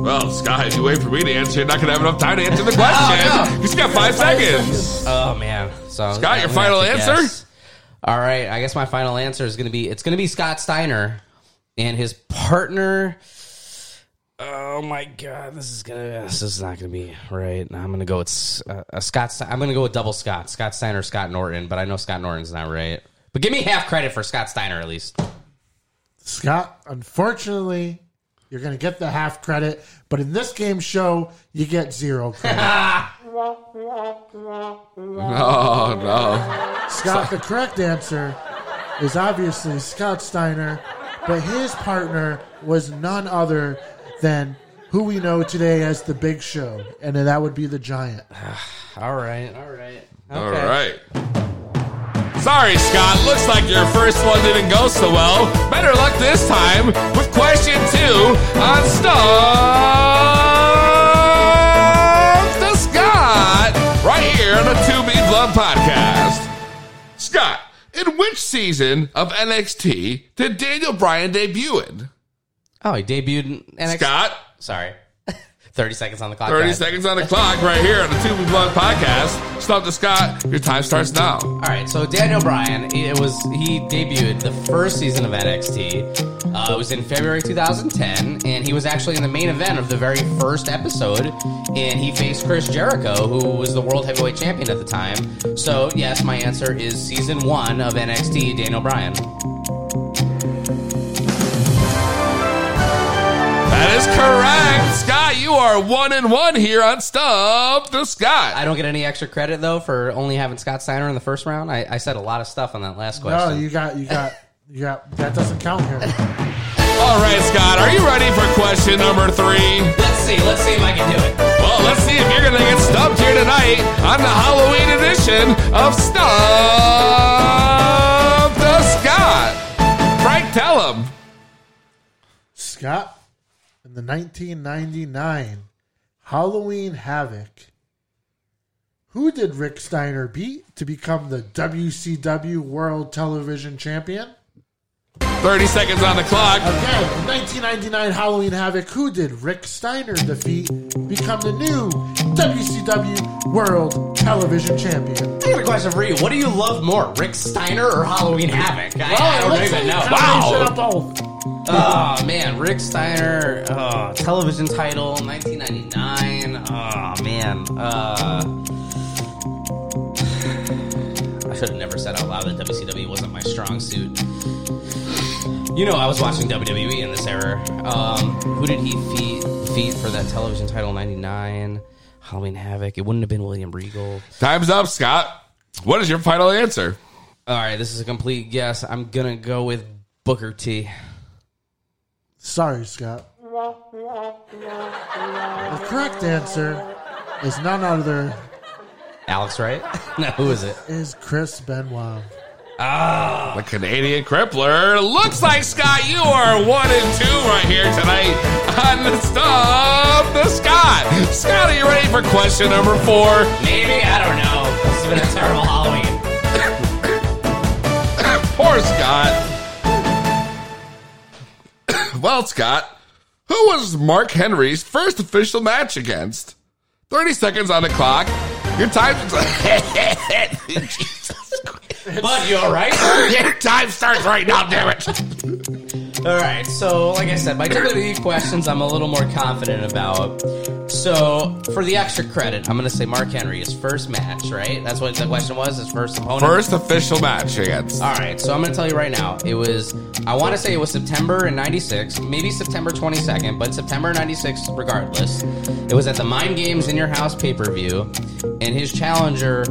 S1: Well, Scott, if you wait for me to answer, you're not going to have enough time to answer *laughs* the question. You just got Oh, five seconds.
S5: Oh man! So
S1: Scott, your
S5: I'm gonna
S1: final
S5: have to
S1: answer?
S5: guess. All right, I guess my final answer is going to be it's going to be Scott Steiner and his partner. Oh my god, this is gonna this is not gonna be right. I'm gonna go with uh, a Scott. Ste- I'm gonna go with double Scott, Scott Steiner, Scott Norton. But I know Scott Norton's not right. But give me half credit for Scott Steiner at least.
S4: Scott, unfortunately, you're going to get the half credit, but in this game show, you get zero credit.
S1: Oh, no.
S4: Scott, the correct answer is obviously Scott Steiner, but his partner was none other than who we know today as the Big Show, and that would be the Giant.
S5: All right, all right,
S1: All right. Sorry, Scott. Looks like your first one didn't go so well. Better luck this time with question two on Stuff the Scott right here on the 2B Blood podcast. Scott, in which season of NXT did Daniel Bryan debut in?
S5: Oh, he debuted in NXT.
S1: Scott?
S5: Sorry. *laughs* 30 seconds on the clock.
S1: 30
S5: guys.
S1: seconds on the clock right here on the 2B Blood podcast. Stuff the Scott. Your time starts now.
S5: All right, so Daniel Bryan, it was he debuted the first season of NXT. Uh, it was in February 2010, and he was actually in the main event of the very first episode, and he faced Chris Jericho, who was the world heavyweight champion at the time. So yes, my answer is season one of NXT, Daniel Bryan.
S1: That is correct, Scott. You are one and one here on Stump the Scott.
S5: I don't get any extra credit though for only having Scott Steiner in the first round. I, I said a lot of stuff on that last
S4: No,
S5: question.
S4: Oh, you got, you got, you got. That doesn't count here.
S1: All right, Scott, are you ready for question number three?
S5: Let's see. Let's see if I can do it.
S1: Well, let's see if you're going to get stumped here tonight on the Halloween edition of Stump the Scott. Frank, tell him.
S4: Scott, in the 1999 Halloween Havoc, Who did Rick Steiner beat to become the WCW World Television Champion?
S1: 30 seconds on the clock.
S4: Okay, 1999 Halloween Havoc. Who did Rick Steiner defeat become the new WCW World Television Champion?
S5: I got a question for you. What do you love more, Rick Steiner or Halloween Havoc? I,
S4: Well,
S5: I
S4: it
S5: don't
S4: looks
S5: even
S4: like
S5: know.
S4: a combination of both.
S5: Oh man, Rick Steiner, uh, television title, 1999. Oh man, uh, *sighs* I should have never said out loud that WCW wasn't my strong suit. You know, I was watching WWE in this era. Um, who did he feat, defeat for that television title, 99? Halloween Havoc. It wouldn't have been William Regal.
S1: Time's up, Scott. What is your final answer?
S5: All right, this is a complete guess. I'm gonna go with Booker T.
S4: Sorry, Scott. The correct answer is none other
S5: Alex, right? *laughs* no, who is it?
S4: is Chris Benoit.
S1: Ah, the Canadian Crippler. Looks like Scott, you are one and two right here tonight on the Stop the Scott. Scott, are you ready for question number four?
S5: Maybe I don't know. This has been a terrible Halloween.
S1: *coughs* Poor Scott. well, Scott, *coughs* who was Mark Henry's first official match against? 30 seconds on the clock. Your time. *laughs*
S5: Bud, you alright?
S1: Your time starts right now, damn it.
S5: All right, so like I said, my WWE questions I'm a little more confident about. So for the extra credit, I'm going to say Mark Henry his first match, right? That's what the question was, his first opponent.
S1: First official match against.
S5: All right, so I'm going to tell you right now. It was I want to say it was September in 96, maybe September 22nd, but September 96 regardless. It was at the Mind Games in Your House pay-per-view and his challenger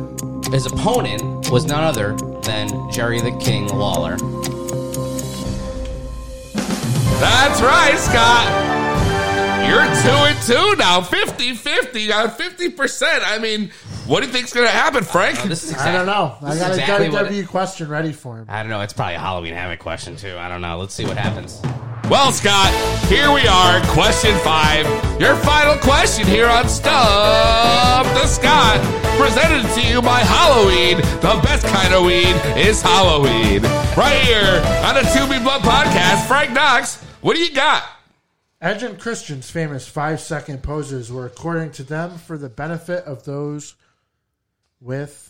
S5: his opponent was none other than Jerry the King Lawler.
S1: That's right, Scott. You're two and two now. 50 50. 50%. I mean, what do you think's going to happen, Frank?
S5: Uh, this is
S4: I don't know. I
S5: This is
S4: got
S5: exactly
S4: a
S5: what
S4: WWE question ready for him.
S5: I don't know. It's probably a Halloween Havoc question too. I don't know. Let's see what happens.
S1: Well, Scott, here we are. Question five. Your final question here on Stump the Scott. Presented to you by Halloween. The best kind of weed is Halloween. Right here on the To Be Blood podcast, Frank Knox, what do you got?
S4: Edge and Christian's famous five second poses were, according to them, for the benefit of those with.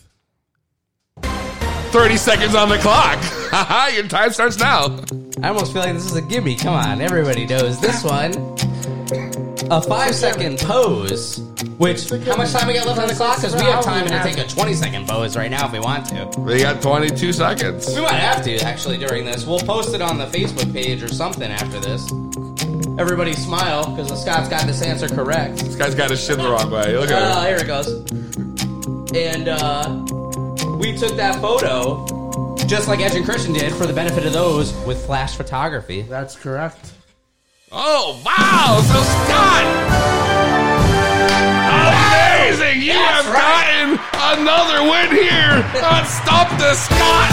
S1: 30 seconds on the clock. *laughs* Haha, your time starts now.
S5: I almost feel like this is a gimme. Come on, everybody knows this one. A five second pose. Which how much time we got left on the clock? Because we have time to take a twenty second pose right now if we want to.
S1: We got 22 seconds.
S5: We might have to actually during this. We'll post it on the Facebook page or something after this. Everybody smile because the Scott's got this answer correct.
S1: This guy's got his shit the wrong way. Look
S5: Oh,
S1: at
S5: here it goes. And uh, we took that photo just like Edge and Christian did for the benefit of those with flash photography.
S4: That's correct.
S1: Oh, wow. So, Scott. Amazing. You have gotten another win here on Stop the Scott.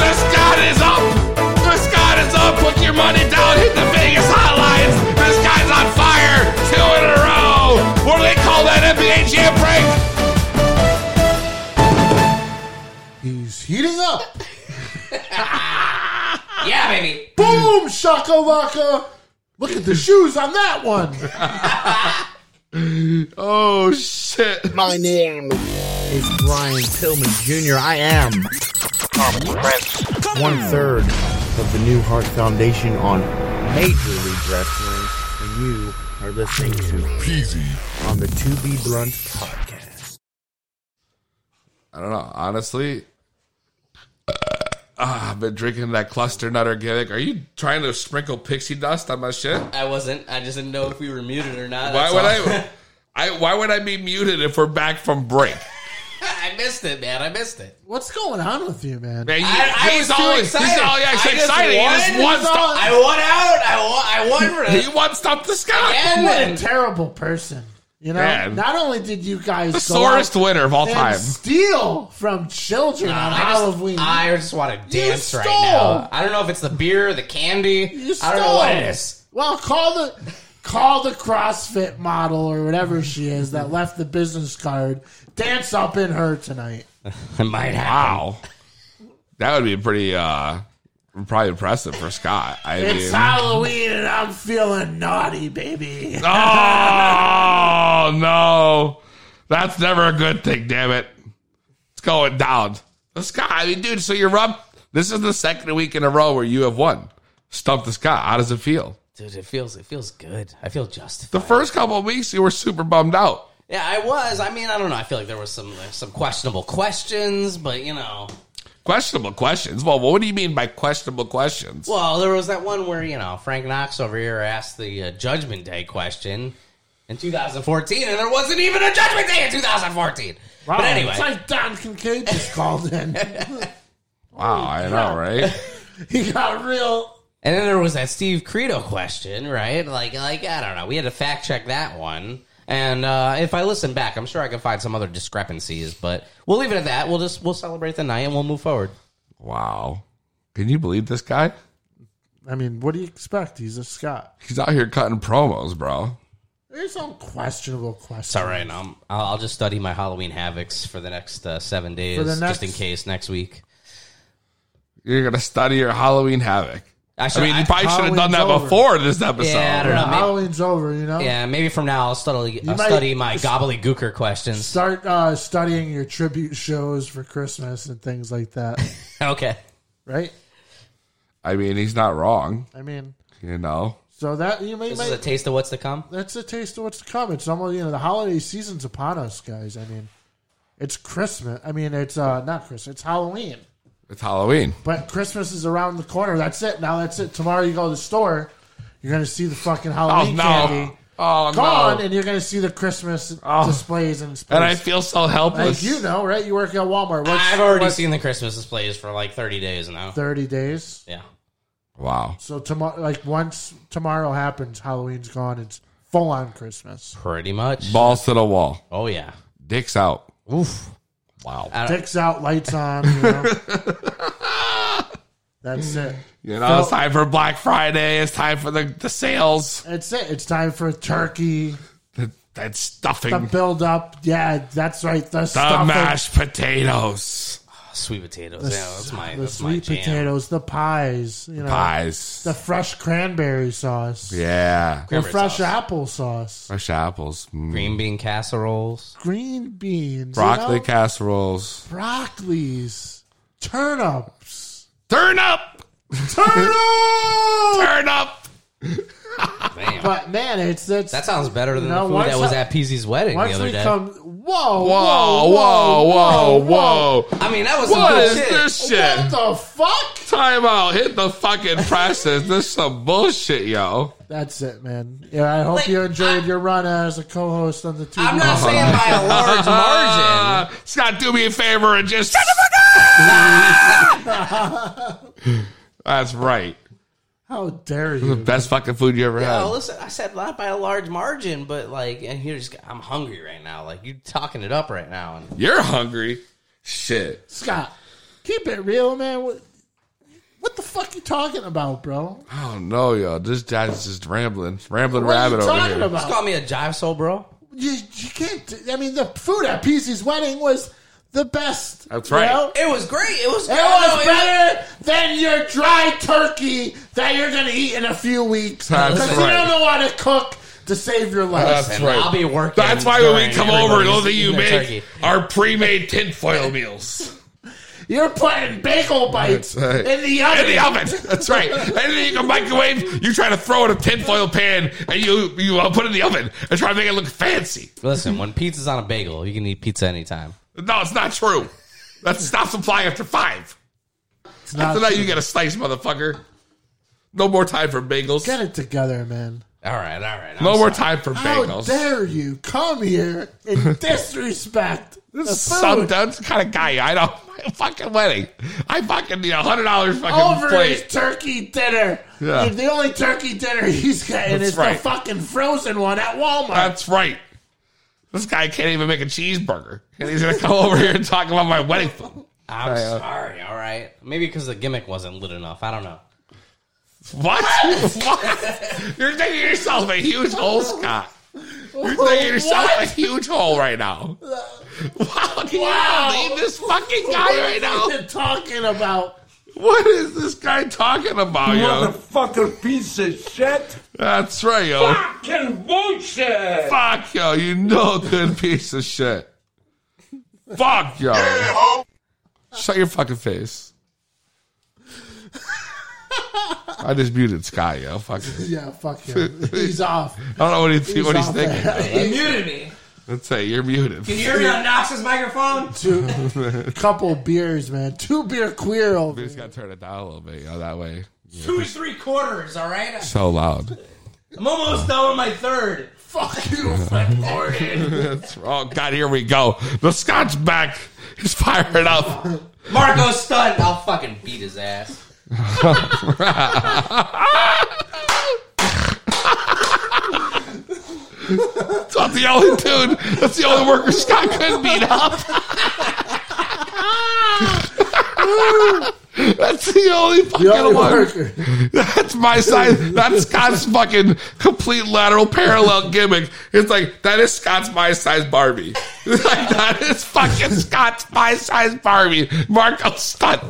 S1: The Scott is up. The Scott is up. Put your money down. Hit the Vegas hotlines. This guy's on fire. Two in a row. What do they call that NBA champ break?
S4: He's heating up.
S5: yeah, baby.
S4: Boom, shakalaka. Look at the shoes on that one.
S1: oh shit!
S18: My name is Brian Pillman Jr. I am one third of the New Heart Foundation on Major League Wrestling, and you are listening to Peasy on the To Be Blunt podcast.
S1: I don't know. Honestly, uh, ah, I've been drinking that cluster nut organic. Are you trying to sprinkle pixie dust on my shit?
S5: I wasn't. I just didn't know if we were muted or not.
S1: Why
S5: Ah, that's
S1: would
S5: all.
S1: I? I why would I be muted if we're back from break?
S5: *laughs* I missed it, man. I missed it.
S4: What's going on with you, man?
S1: Man, you,
S5: I, I
S1: he's
S5: was too
S1: all
S5: excited.
S1: He's all yeah,
S5: I
S1: he's
S5: just
S1: excited. He just
S5: won.
S1: won. stop-
S5: I won out. I won. I won for this.
S1: He won. Stop the Scott.
S5: Again.
S4: what a terrible person. You know,
S1: Man.
S4: not only did you guys
S1: The
S4: go out
S1: sorest winner of all
S4: and
S1: time.
S4: steal from children on
S5: I just-
S4: Halloween,
S5: I just want to
S4: You
S5: dance right
S4: stole.
S5: now. I don't know if it's the beer, the candy.
S4: you stole.
S5: I don't know what it is.
S4: Well, call the Call the CrossFit model or whatever she is that left the business card. Dance up in her tonight.
S5: It might
S1: Wow. That would be pretty, uh, probably impressive for Scott. I
S4: It's
S1: mean-
S4: Halloween and I'm feeling naughty, baby.
S1: Oh no, that's never a good thing. Damn it, it's going down. The Scott, I mean, dude. So you're up. This is the second week in a row where you have won. Stump the Scott. How does it feel?
S5: Dude, it feels it feels good. I feel justified.
S1: The first couple of weeks, you were super bummed out.
S5: Yeah, I was. I mean, I don't know. I feel like there was some there's some questionable questions, but you know.
S1: Questionable questions. Well, what do you mean by questionable questions?
S5: Well, there was that one where you know Frank Knox over here asked the uh, Judgment Day question in 2014, and there wasn't even a Judgment Day in 2014. But anyway,
S4: It's like Don Kincaid *laughs* just called in.
S1: Wow, I know, right?
S5: *laughs*
S4: he got real.
S5: And then there was that Steve Credo question, right? Like, like I don't know. We had to fact check that one. And uh, if I listen back, I'm sure I can find some other discrepancies. But we'll leave it at that. We'll just we'll celebrate the night and we'll move forward.
S1: Wow, can you believe this guy?
S4: I mean, what do you expect? He's a Scott.
S1: He's out here cutting promos, bro.
S4: There's some questionable questions.
S5: It's all right. I'm, I'll, I'll just study my Halloween havocs for the next uh, seven days,
S4: the
S5: just
S4: next-
S5: in case next week.
S1: You're gonna study your Halloween havoc. I,
S5: should-
S1: mean,
S5: I-
S1: you probably should have done
S5: Halloween's
S1: that
S5: over.
S1: before this episode.
S5: Yeah, I don't know. Maybe-
S4: Halloween's over, you know?
S5: Yeah, maybe from now I'll study I'll
S4: might-
S5: study my gobbledygooker questions.
S4: Start uh, studying your tribute shows for Christmas and things like
S5: *laughs*
S4: that.
S5: Okay.
S4: right?
S1: I mean, he's not wrong.
S4: I mean,
S1: You know,
S4: so that you may.
S5: This
S4: may-
S5: is a taste of what's to come.
S4: That's a taste of what's to come. It's almost you know the holiday season's upon us, guys. I mean, it's Christmas. I mean, it's uh, not Christmas. It's Halloween,
S1: it's Halloween.
S4: but Christmas is around the corner. That's it. Now that's it. Tomorrow you go to the store, you're gonna see the fucking Halloween
S1: Oh, no.
S4: candy.
S1: Oh,
S4: gone,
S1: no.
S4: and you're gonna see the Christmas
S1: Oh.
S4: displays and
S1: And I feel so helpless.
S4: Like you know, right? You work at Walmart. What's,
S5: I've already
S4: what's
S5: seen the Christmas displays for like 30 days now.
S4: thirty days.
S5: Yeah.
S1: Wow.
S4: So tomorrow, like once tomorrow happens, Halloween's gone. It's full on Christmas.
S5: Pretty much.
S1: Balls to the wall.
S5: Oh, yeah.
S1: Dicks out.
S5: Oof.
S1: Wow.
S5: I don't-
S4: Dicks out, lights on. You
S1: *laughs*
S4: know? That's it.
S1: You know, it's
S4: Felt-
S1: time for Black Friday. It's time for the, the sales.
S4: That's it. It's time for turkey.
S1: That
S4: The
S1: stuffing. The,
S4: build up. Yeah, that's right. The, stuffing,
S1: mashed potatoes.
S5: Sweet potatoes.
S4: The,
S5: yeah, that's my,
S4: the
S5: that's my
S4: sweet
S5: jam.
S4: potatoes, the pies, you know,
S1: Pies.
S4: Uh, the fresh cranberry sauce,
S1: Yeah.
S4: the
S5: Cranberry
S4: fresh
S5: sauce.
S4: apple sauce,
S1: Fresh apples. Mm.
S5: Green bean casseroles.
S4: green beans, you
S1: Broccoli
S4: know,
S1: casseroles.
S4: broccolis, turnips,
S1: Turn up. *laughs*
S4: turnip.
S1: Turn up.
S5: Damn.
S4: but man, it's it's
S5: that sounds better than
S4: You know,
S5: the food
S4: once
S5: that was
S4: I-
S5: at Peasy's wedding the
S4: once
S5: other
S4: we
S5: day.
S4: come, whoa,
S1: Whoa, whoa, whoa, whoa.
S5: I mean, that was some
S1: What
S5: good
S1: is
S5: shit.
S1: this shit?
S4: What the fuck?
S1: Time out. Hit the fucking presses. This is some bullshit, yo.
S4: That's it, man. Yeah, I hope you enjoyed your run as a co-host on the TV.
S5: I'm not saying by
S1: *laughs*
S5: a large margin.
S1: Uh, Scott, do me a favor and just shut *laughs* That's right.
S4: How dare
S1: The *laughs*
S4: you?
S1: best fucking food you ever
S5: No,
S1: had.
S5: Oh, listen, I said not by a large margin, but like, and here's I'm hungry right now. Like you talking it up right now, and
S1: You're hungry. Shit.
S4: Scott, keep it real, man. What, what the fuck you talking about, bro?
S1: I don't know, yo. This guy's just rambling. Rambling
S4: What are
S1: rabbit
S4: you
S1: over
S4: talking
S1: here.
S5: just
S19: Oh.
S4: about?
S5: call me a jive soul, bro.
S4: You, you can't. do- I mean, the food at PC's wedding was the best.
S1: That's
S4: you
S1: right.
S4: know?
S5: It was great. It was.
S4: It was better than your dry turkey that you're gonna eat in a few weeks
S1: That's
S4: because you
S1: right.
S4: don't know how to cook to save your life.
S1: That's
S5: And
S1: right.
S5: I'll be working.
S1: That's why when we
S5: during
S1: come over, the
S5: everybody's
S1: only thing you
S5: eating
S1: make
S5: their turkey.
S1: are pre-made tinfoil meals.
S4: You're putting bagel bites
S1: That's right.
S4: in the
S1: in
S4: oven.
S1: the oven. That's right. Anything you can microwave, you try to throw in a tinfoil pan and you you uh, put it in the oven and try to make it look fancy.
S5: Listen, when pizza's on a bagel, you can eat pizza anytime.
S1: No, it's not true. That stops applying after five.
S4: not
S1: after that,
S4: true.
S1: you get a slice, motherfucker. No more time for bagels.
S4: Get it together, man.
S5: All right, all right. I'm
S1: no more
S5: sorry.
S1: time for
S4: How
S1: bagels.
S4: dare you come here
S1: *laughs*
S4: and disrespect the
S1: This is
S4: food
S1: some dumb kind of guy I know. *laughs* My fucking wedding. I fucking need a hundred dollars fucking
S4: over his
S1: plate.
S4: turkey dinner?
S1: Yeah.
S4: The only turkey dinner he's getting
S1: That's
S4: is
S1: right.
S4: the fucking frozen one at Walmart.
S1: That's right. This guy can't even make a cheeseburger, and he's gonna come *laughs* over here and talk about my wedding. food.
S5: I'm sorry. All right, maybe because the gimmick wasn't lit enough. I don't know.
S1: What? what? You're digging yourself a huge hole, Scott. You're digging yourself a huge hole right now. Wow, wow. Leave this fucking guy right now.
S4: What are you talking about?
S1: What is this guy talking about, yo?
S19: Motherfucker piece of shit.
S1: That's right, yo.
S19: Fucking bullshit.
S1: Fuck, yo. You no good piece of shit. Fuck, yo. Shut your fucking face. I just muted Sky, yo. Fuck. it.
S4: Yeah, fuck him. He's off.
S1: I don't know what he's,
S4: He's
S1: what he's
S4: off
S1: thinking.
S4: there.
S1: yo.
S4: He
S19: muted me.
S1: Let's say you're muted.
S19: Can you hear me on Knox's microphone?
S1: *laughs*
S4: Two, couple beers, man. Two beer queer over.
S1: We just got to turn it down a little bit, yo. That way,
S19: Two, three quarters, all right?
S1: so loud. *laughs*
S19: I'm almost done with my third. Fuck
S5: *laughs*
S19: you,
S1: That's wrong. God, here we go. The Scott's back. He's fired up.
S5: Marco stunned. I'll fucking beat his ass.
S1: That's the only dude. That's the only worker Scott couldn't beat up. *laughs* That's the only fucking
S4: only
S1: one.
S4: worker.
S1: That's my side. That's Scott's fucking complete lateral parallel gimmick. It's like that is Scott's my size Barbie. *laughs* It's like that is fucking Scott's my size Barbie. Marco Stunt.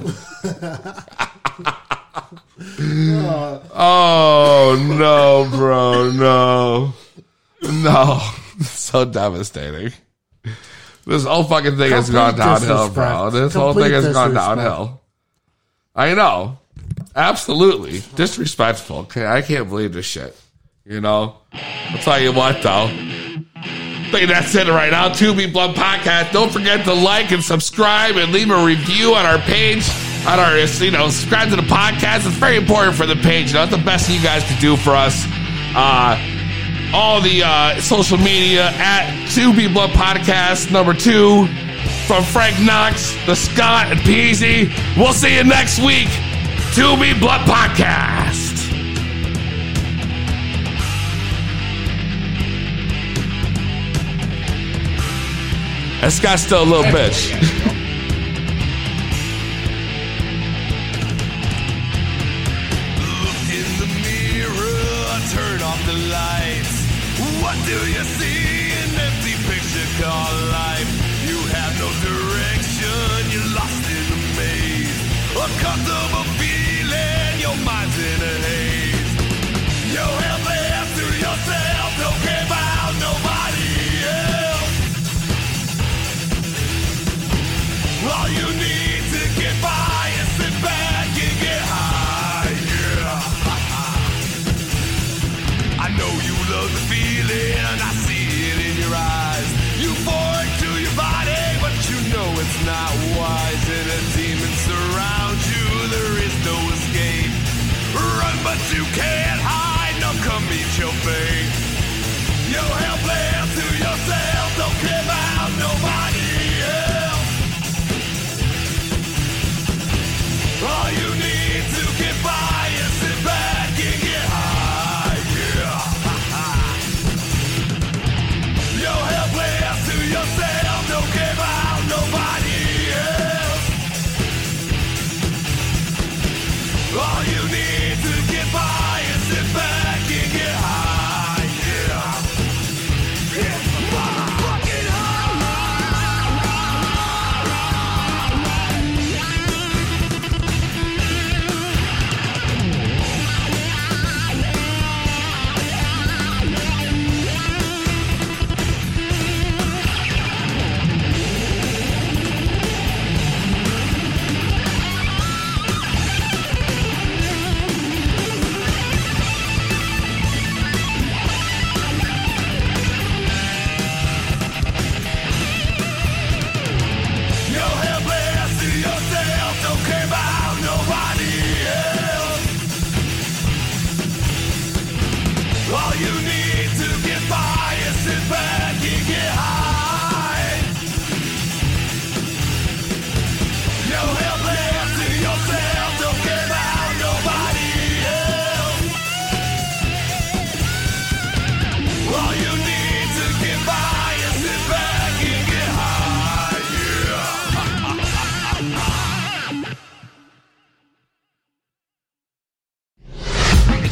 S1: oh no, bro, no, no, *laughs* so devastating. This whole fucking thing has gone
S4: Complete
S1: downhill, bro.
S4: disrespect.
S1: This whole
S4: Complete
S1: thing has gone
S4: disrespect.
S1: downhill. I know, absolutely disrespectful. Okay, I can't believe this shit. You know, I'll tell you what though. I think that's it right now. To Be Blunt Podcast. Don't forget to like and subscribe and leave a review on our page. On our, you know, subscribe to the podcast. It's very important for the page. You know, it's the best thing you guys can do for us. Uh, all the uh, social media at To Be Blunt Podcast number two from Frank Knox, the Scott and Peasy. We'll see you next week. To Be Blunt Podcast. That Scott's still a little bitch.
S9: in the mirror, turn off the lights. What do you see? An empty picture called life. You have no direction, you're lost in a maze. Uncomfortable feeling, your mind's in a haze. You're helpless to yourself, don't care about nobody else. All you need to get by is sit back and get high, yeah. I know you love the feeling, I see it in your eyes. You pour it to your body, but you know it's not wise. And a demon surrounds you, there is no escape.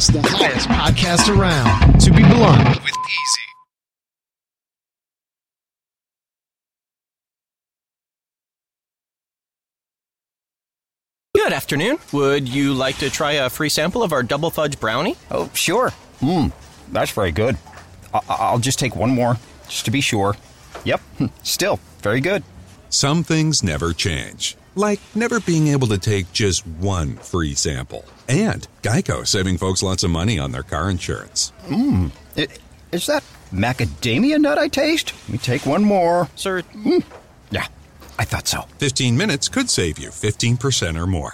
S20: podcast around. To be blunt with Peasy.
S6: Good afternoon. Would you like to try a free sample of our double fudge brownie?
S21: Oh, sure. Mmm, that's very good. I- I- I'll just take one more, just to be sure. Yep, *laughs* still very good.
S4: Some things never change, like never being able to take just one free sample. And Geico saving folks lots of money on their car insurance.
S21: Mmm, i- is that macadamia nut I taste? Let me take one more. Hmm.
S6: Sir.
S21: Yeah, I thought so.
S4: 15 minutes could save you 15% or more.